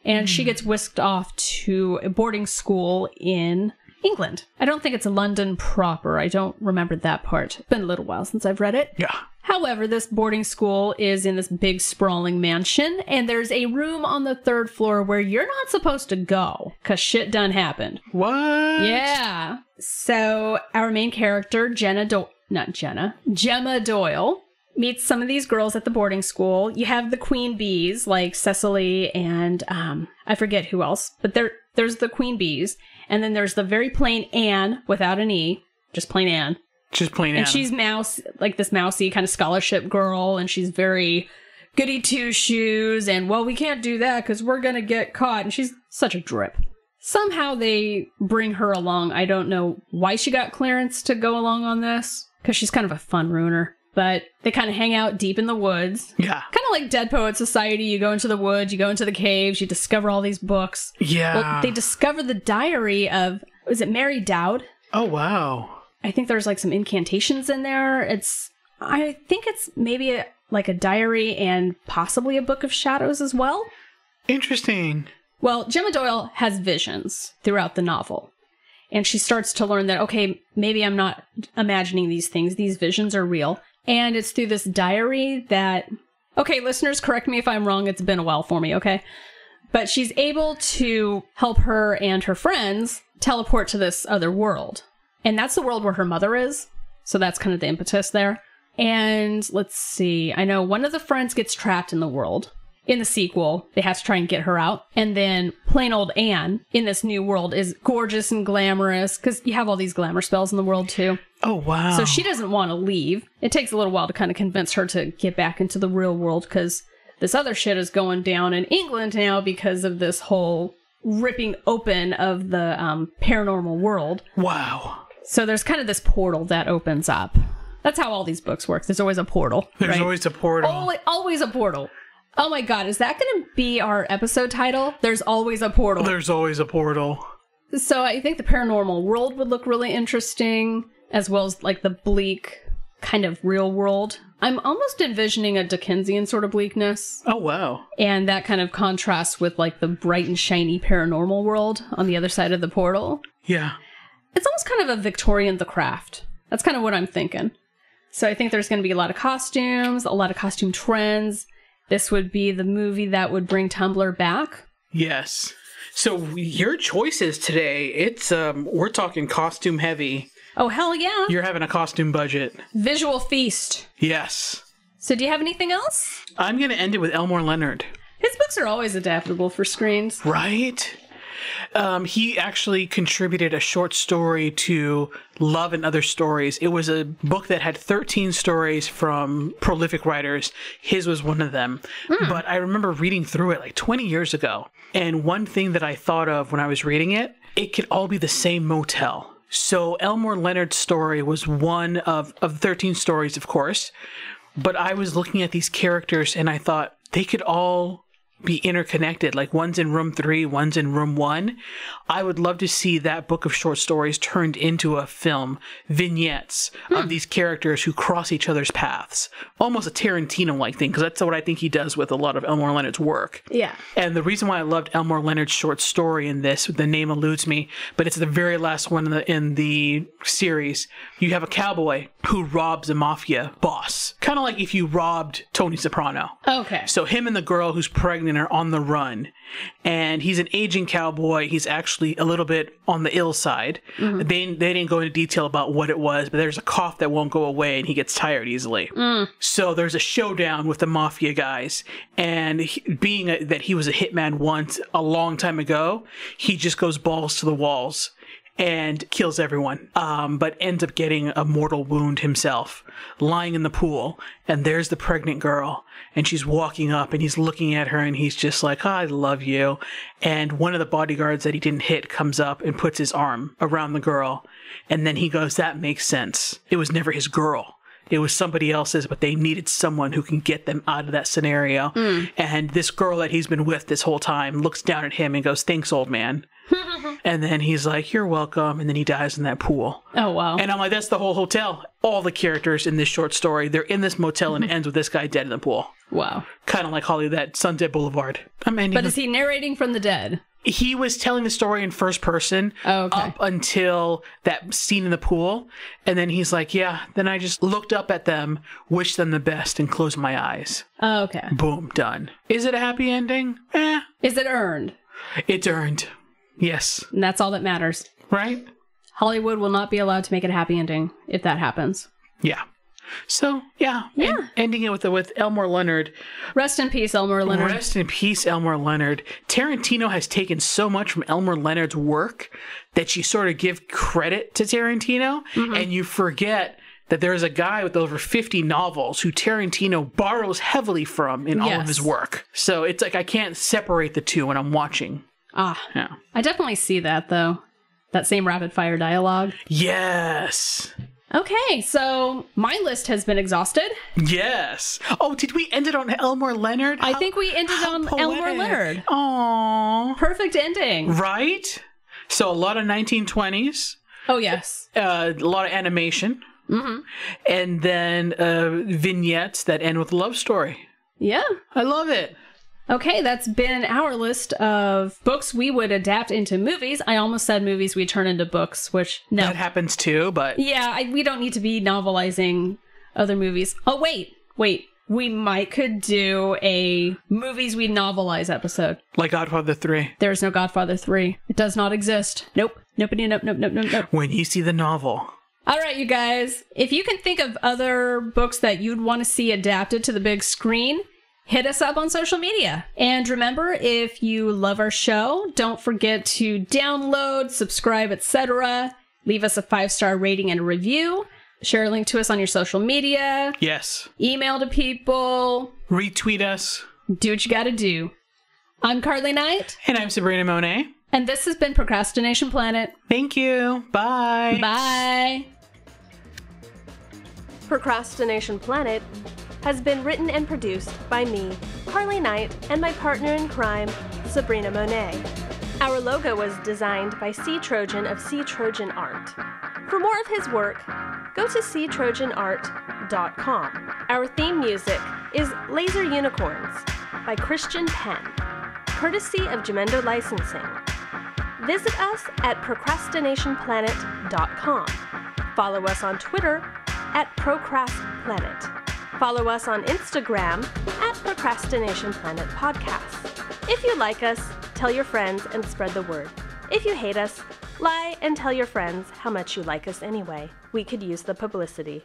Speaker 1: and she gets whisked off to a boarding school in England. I don't think it's London proper. I don't remember that part. It's been a little while since I've read it.
Speaker 2: Yeah.
Speaker 1: However, this boarding school is in this big sprawling mansion, and there's a room on the third floor where you're not supposed to go because shit done happened.
Speaker 2: What?
Speaker 1: Yeah. So our main character, Jenna Do- not Jenna, Gemma Doyle, meets some of these girls at the boarding school. You have the queen bees like Cecily and um, I forget who else, but there there's the queen bees, and then there's the very plain Anne without an e, just plain Anne,
Speaker 2: Just plain
Speaker 1: and
Speaker 2: Anna.
Speaker 1: she's mouse like this mousy kind of scholarship girl, and she's very goody two shoes, and well we can't do that because we're gonna get caught, and she's such a drip. Somehow they bring her along. I don't know why she got clearance to go along on this because she's kind of a fun ruiner. But they kind of hang out deep in the woods.
Speaker 2: Yeah.
Speaker 1: Kind of like Dead Poet Society. You go into the woods, you go into the caves, you discover all these books.
Speaker 2: Yeah.
Speaker 1: Well, they discover the diary of, is it Mary Dowd?
Speaker 2: oh, wow.
Speaker 1: I think there's like some incantations in there. It's, I think it's maybe a, like a diary and possibly a book of shadows as well.
Speaker 2: Interesting.
Speaker 1: Well, Gemma Doyle has visions throughout the novel. And she starts to learn that, okay, maybe I'm not imagining these things. These visions are real. And it's through this diary that, okay, listeners, correct me if I'm wrong. It's been a while for me, okay? But she's able to help her and her friends teleport to this other world. And that's the world where her mother is. So that's kind of the impetus there. And let's see. I know one of the friends gets trapped in the world. In the sequel, they have to try and get her out. And then plain old Anne in this new world is gorgeous and glamorous because you have all these glamour spells in the world too.
Speaker 2: Oh, wow.
Speaker 1: So she doesn't want to leave. It takes a little while to kind of convince her to get back into the real world because this other shit is going down in England now because of this whole ripping open of the um, paranormal world.
Speaker 2: Wow.
Speaker 1: So there's kind of this portal that opens up. That's how all these books work. There's always a portal.
Speaker 2: There's
Speaker 1: right?
Speaker 2: always a portal.
Speaker 1: always, always a portal. Oh my god, is that going to be our episode title? There's always a portal.
Speaker 2: There's always a portal.
Speaker 1: so I think the paranormal world would look really interesting, as well as like the bleak kind of real world. I'm almost envisioning a Dickensian sort of bleakness,
Speaker 2: Oh, wow.
Speaker 1: and that kind of contrasts with like the bright and shiny paranormal world on the other side of the portal.
Speaker 2: Yeah.
Speaker 1: It's almost kind of a Victorian The Craft. That's kind of what I'm thinking. So I think there's going to be a lot of costumes, a lot of costume trends. This would be the movie that would bring Tumblr back.
Speaker 2: Yes. So your choices today, it's um we're talking costume heavy.
Speaker 1: Oh, hell yeah.
Speaker 2: You're having a costume budget.
Speaker 1: Visual feast.
Speaker 2: Yes.
Speaker 1: So, do you have anything else?
Speaker 2: I'm going to end it with Elmore Leonard.
Speaker 1: His books are always adaptable for screens.
Speaker 2: Right? Um, he actually contributed a short story to Love and Other Stories. It was a book that had 13 stories from prolific writers. His was one of them. But I remember reading through it like 20 years ago. And one thing that I thought of when I was reading it, it could all be the same motel. So Elmore Leonard's story was one of, of 13 stories, of course. But I was looking at these characters and I thought they could all be interconnected. Like one's in room three, one's in room one. I would love to see that book of short stories turned into a film, vignettes of these characters who cross each other's paths. Almost a Tarantino like thing, because that's what I think he does with a lot of Elmore Leonard's work.
Speaker 1: Yeah.
Speaker 2: And the reason why I loved Elmore Leonard's short story in this, the name eludes me, but it's the very last one in the, in the series. You have a cowboy who robs a mafia boss, kind of like if you robbed Tony Soprano.
Speaker 1: Okay.
Speaker 2: So him and the girl who's pregnant are on the run, and he's an aging cowboy. He's actually a little bit on the ill side. They they didn't go into detail about what it was, but there's a cough that won't go away, and he gets tired easily. So there's a showdown with the mafia guys, and he- being a, that he was a hitman once a long time ago, he just goes balls to the walls and kills everyone, um, but ends up getting a mortal wound himself, lying in the pool. And there's the pregnant girl, and she's walking up, and he's looking at her, and he's just like, I love you. And one of the bodyguards that he didn't hit comes up and puts his arm around the girl. And then he goes, That makes sense. It was never his girl. It was somebody else's, but they needed someone who can get them out of that scenario. And this girl that he's been with this whole time looks down at him and goes, Thanks, old man. And then he's like, "You're welcome." And then he dies in that pool.
Speaker 1: Oh, wow.
Speaker 2: And I'm
Speaker 1: Mhm.
Speaker 2: like, "That's the whole hotel. All the characters in this short story. They're in this motel, and it ends with this guy dead in the pool."
Speaker 1: Wow.
Speaker 2: kind of like Hollywood, that Sunset Boulevard. I'm ending.
Speaker 1: But
Speaker 2: with-
Speaker 1: is he narrating from the dead?
Speaker 2: he was telling the story in first person
Speaker 1: Oh, okay.
Speaker 2: up until that scene in the pool, and then he's like, "Yeah." Then I just looked up at them, wished them the best, and closed my eyes.
Speaker 1: Oh, okay.
Speaker 2: Boom, done. Is it a happy ending? Eh,
Speaker 1: Is it earned?
Speaker 2: it's earned. Yes,
Speaker 1: And that's all that matters.
Speaker 2: right?
Speaker 1: Hollywood will not be allowed to make it a happy ending if that happens.
Speaker 2: Yeah. So yeah,
Speaker 1: Yeah.
Speaker 2: en- ending it with with Elmore Leonard.
Speaker 1: Rest in peace, Elmer Leonard.
Speaker 2: Rest in peace, Elmore Leonard. Tarantino has taken so much from Elmore Leonard's work that you sort of give credit to Tarantino
Speaker 1: Mm-hmm.
Speaker 2: and you forget that there is a guy with over 50 novels who Tarantino borrows heavily from in all of
Speaker 1: Yes.
Speaker 2: his work. So it's like I can't separate the two when I'm watching.
Speaker 1: Ah,
Speaker 2: Yeah.
Speaker 1: I definitely see that though. That same rapid fire dialogue.
Speaker 2: Yes.
Speaker 1: Okay, so my list has been exhausted.
Speaker 2: Yes. Oh, did we end it on Elmore Leonard?
Speaker 1: I think we ended on Elmer Leonard.
Speaker 2: Aww.
Speaker 1: Perfect ending.
Speaker 2: Right? So a lot of 1920s.
Speaker 1: Oh yes.
Speaker 2: uh, a lot of animation,
Speaker 1: Mhm.
Speaker 2: and then uh, vignettes that end with a love story.
Speaker 1: Yeah.
Speaker 2: I love it.
Speaker 1: Okay, that's been our list of books we would adapt into movies. I almost said movies we turn into books, which no.
Speaker 2: That happens too, but
Speaker 1: Yeah, I, we don't need to be novelizing other movies. Oh wait, wait. We might could do a movies we novelize episode.
Speaker 2: like Godfather 3.
Speaker 1: There is no Godfather 3. It does not exist. Nope. Nope, nope, nope, nope, nope, nope.
Speaker 2: When you see the novel,
Speaker 1: All right, you guys. If you can think of other books that you'd want to see adapted to the big screen, hit us up on social media. And remember, if you love our show, don't forget to download, subscribe, etc. Leave us a five-star rating and review. Share a link to us on your social media,
Speaker 2: yes,
Speaker 1: email to people,
Speaker 2: retweet us.
Speaker 1: do what you gotta do. I'm Carly Knight,
Speaker 2: And I'm Sabrina Monet.
Speaker 1: and this has been Procrastination Planet.
Speaker 2: Thank you. Bye.
Speaker 1: Bye.
Speaker 3: Procrastination Planet has been written and produced by me, Carly Knight, and my partner in crime, Sabrina Monet. Our logo was designed by Sea Trojan of Sea Trojan Art. For more of his work, go to seatrojanart.com. Our theme music is Laser Unicorns by Christian Penn, courtesy of Gemendo Licensing. Visit us at procrastinationplanet.com. Follow us on Twitter at ProcrastPlanet. Follow us on Instagram at Procrastination Planet Podcast. If you like us, tell your friends and spread the word. If you hate us, lie and tell your friends how much you like us anyway. We could use the publicity.